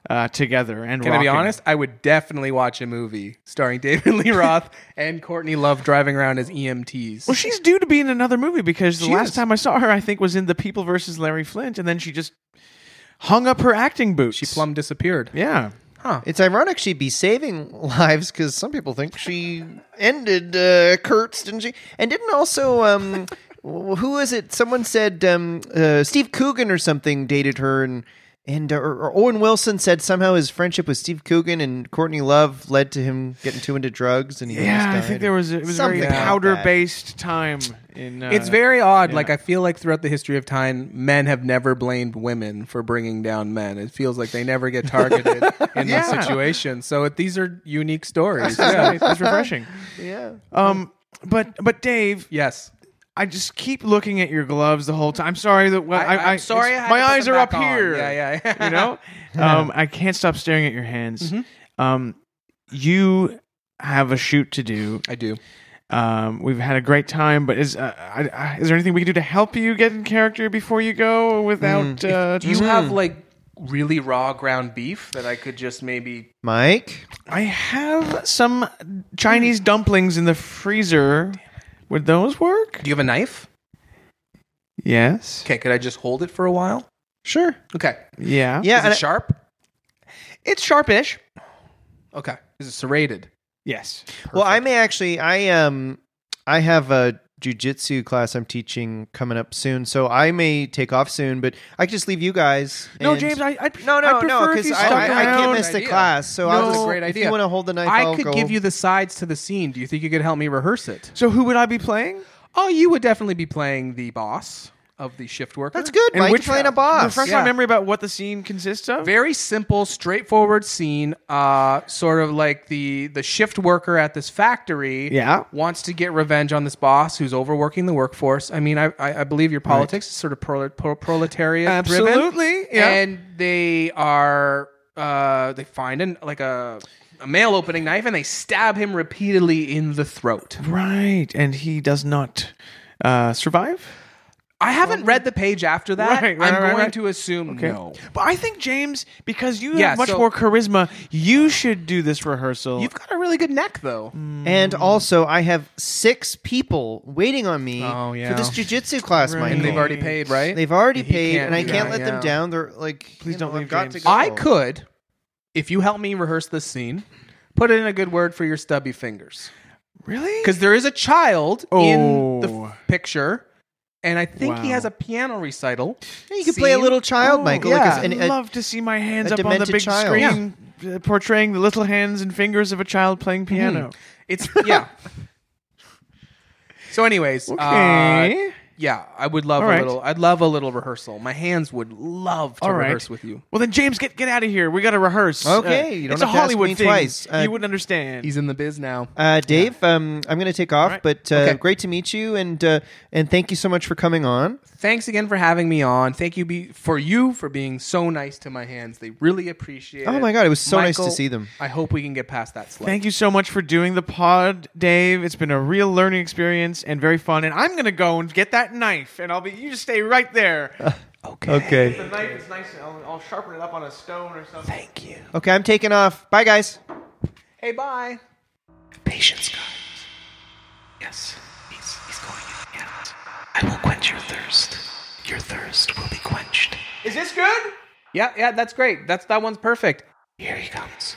Speaker 1: uh, together. And
Speaker 4: Can I be
Speaker 1: rocking.
Speaker 4: honest? I would definitely watch a movie starring David Lee Roth and Courtney Love driving around as E EMTs.
Speaker 1: Well, she's due to be in another movie because the
Speaker 4: She
Speaker 1: last
Speaker 4: is.
Speaker 1: time I saw her, I think was in The People versus Larry Flint, and then she just hung up her acting boots.
Speaker 4: she plumb disappeared.
Speaker 1: Yeah.
Speaker 4: Huh.
Speaker 3: It's ironic she'd be saving lives because some people think she ended uh, Kurtz, didn't she? And didn't also um, wh- who is it? Someone said um, uh, Steve Coogan or something dated her, and and uh, or, or Owen Wilson said somehow his friendship with Steve Coogan and Courtney Love led to him getting too into drugs, and he
Speaker 1: Yeah, I
Speaker 3: almost
Speaker 1: think
Speaker 3: died.
Speaker 1: there was a, it was a
Speaker 3: Something
Speaker 1: very
Speaker 3: like that.
Speaker 1: powder-based time in. Uh,
Speaker 4: It's very odd.
Speaker 1: yeah.
Speaker 4: Like I feel like throughout the history of time, men have never blamed women for bringing down men. It feels like they never get targeted in this
Speaker 1: Yeah.
Speaker 4: situation. So it, these are unique stories.
Speaker 1: yeah, it's refreshing.
Speaker 3: Yeah,
Speaker 1: Um, but but Dave,
Speaker 4: Yes.
Speaker 1: I just keep looking at your gloves the whole time. I'm sorry that well, I,
Speaker 4: I, am sorry. I
Speaker 1: it's-
Speaker 4: had
Speaker 1: my
Speaker 4: to put
Speaker 1: eyes
Speaker 4: them
Speaker 1: are up
Speaker 4: back on.
Speaker 1: here.
Speaker 4: Yeah, yeah.
Speaker 1: you know um, i can't stop staring at your hands
Speaker 4: Mm-hmm.
Speaker 1: um, you have a shoot to do
Speaker 4: I do.
Speaker 1: um, we've had a great time but is, uh, I, I, is there anything we can do to help you get in character before you go without uh,
Speaker 4: Do Mm. you have like really raw ground beef that I could just maybe?
Speaker 3: Mike.
Speaker 1: i have some chinese dumplings in the freezer would those work
Speaker 4: Do you have a knife?
Speaker 1: yes
Speaker 4: Okay, could I just hold it for a while?
Speaker 1: sure
Speaker 4: Okay.
Speaker 1: yeah
Speaker 3: Yeah,
Speaker 4: Is
Speaker 3: and
Speaker 4: it sharp?
Speaker 1: it's sharpish
Speaker 4: Okay. Is it serrated?
Speaker 1: yes
Speaker 3: Well, I may actually. I um, I have a jujitsu class I'm teaching coming up soon, so I may take off soon. But I could just leave you guys.
Speaker 1: no
Speaker 3: and-
Speaker 1: james i I'd,
Speaker 3: No, no,
Speaker 1: I'd
Speaker 3: no,
Speaker 1: prefer if
Speaker 3: because
Speaker 1: you
Speaker 3: I,
Speaker 1: stuck
Speaker 3: I, I
Speaker 1: around.
Speaker 3: can't miss the
Speaker 4: idea.
Speaker 3: class. So I
Speaker 4: No,
Speaker 3: was
Speaker 4: it's a great
Speaker 3: If
Speaker 4: idea.
Speaker 3: you want to hold the knife,
Speaker 4: I
Speaker 3: will
Speaker 4: could
Speaker 3: go.
Speaker 4: give you the sides to the scene. Do you think you could help me rehearse it?
Speaker 1: so who would i be playing
Speaker 4: Oh, you would definitely be playing the boss of the shift worker.
Speaker 3: That's good. Mike, you're playing a boss.
Speaker 1: Refresh my
Speaker 4: Yeah.
Speaker 1: memory about what the scene consists of.
Speaker 4: Very simple, straightforward scene. Uh, sort of like the the shift worker at this factory.
Speaker 1: Yeah.
Speaker 4: wants to get revenge on this boss who's overworking the workforce. I mean, I I, I believe your politics is sort of pro, pro, proletariat driven.
Speaker 1: Absolutely, yeah.
Speaker 4: And they are uh, they find an like a a mail opening knife and they stab him repeatedly in the throat.
Speaker 1: Right, and he does not uh, survive.
Speaker 4: I haven't read the page after that.
Speaker 1: Right, right,
Speaker 4: I'm
Speaker 1: right,
Speaker 4: going
Speaker 1: right.
Speaker 4: to assume no.
Speaker 1: But I think James, because you
Speaker 4: Yeah,
Speaker 1: have much
Speaker 4: so-
Speaker 1: more charisma, you should do this rehearsal.
Speaker 4: You've got a really good neck, though.
Speaker 1: Mm.
Speaker 3: And also, I have six people waiting on me
Speaker 4: Oh, yeah.
Speaker 3: for this jujitsu class,
Speaker 1: Right.
Speaker 3: Michael.
Speaker 4: And they've already paid, right?
Speaker 3: They've already
Speaker 4: He
Speaker 3: paid,
Speaker 4: can't
Speaker 3: and I
Speaker 4: do
Speaker 3: can't
Speaker 4: that,
Speaker 3: let them
Speaker 4: yeah.
Speaker 3: down. They're like,
Speaker 1: Please
Speaker 3: you
Speaker 1: don't
Speaker 3: know, I've
Speaker 1: leave,
Speaker 3: got
Speaker 1: James.
Speaker 3: to go.
Speaker 4: I could, if you help me rehearse this scene, put in a good word for your stubby fingers.
Speaker 1: really?
Speaker 4: Because there is a child in the
Speaker 1: Oh.
Speaker 4: f- picture, and I think he
Speaker 1: Wow.
Speaker 4: has a piano recital.
Speaker 3: You could play a
Speaker 4: scene.
Speaker 3: little child,
Speaker 1: Oh,
Speaker 3: Michael.
Speaker 4: yeah.
Speaker 3: Like a,
Speaker 1: I'd
Speaker 3: an- a-
Speaker 1: love to see my hands
Speaker 3: a
Speaker 1: up on the
Speaker 3: demented
Speaker 1: big
Speaker 3: child.
Speaker 1: screen, uh, portraying the little hands and fingers of a child playing piano.
Speaker 4: It's yeah. so, anyways, uh,
Speaker 1: Okay.
Speaker 4: yeah, I would love
Speaker 1: All
Speaker 4: a
Speaker 1: right.
Speaker 4: little. I'd love a little rehearsal. My hands would love to
Speaker 1: All right.
Speaker 4: rehearse with you.
Speaker 1: well then, James, get get out of here. We got to rehearse. Uh,
Speaker 3: Okay, you don't
Speaker 1: it's
Speaker 3: have
Speaker 1: a
Speaker 3: to ask
Speaker 1: Hollywood
Speaker 3: me
Speaker 1: thing.
Speaker 3: twice. Uh,
Speaker 1: you wouldn't understand.
Speaker 4: He's in the biz now.
Speaker 3: uh, Dave, um, I'm going to take off,
Speaker 1: right.
Speaker 3: but uh,
Speaker 4: Okay.
Speaker 3: great to meet you, and uh, and thank you so much for coming on.
Speaker 4: thanks again for having me on. Thank you be, for you for being so nice to my hands. They really appreciate it.
Speaker 3: Oh my God, it was so nice to see them.
Speaker 4: I hope we can get past that slide.
Speaker 1: Thank you so much for doing the pod, Dave. It's been a real learning experience and very fun. And I'm gonna go and get that knife, and I'll be. You just stay right there.
Speaker 4: Okay.
Speaker 1: the knife is nice. and I'll, I'll sharpen it up on a stone or something.
Speaker 4: Thank you.
Speaker 3: Okay, I'm taking off. Bye, guys.
Speaker 4: Hey, bye.
Speaker 5: Patience, guys. Yes, he's, he's going in. Yes. I will quench your thirst. Your thirst will be quenched.
Speaker 1: Is this good?
Speaker 4: Yeah, yeah, that's great. That's that one's perfect.
Speaker 5: Here he comes.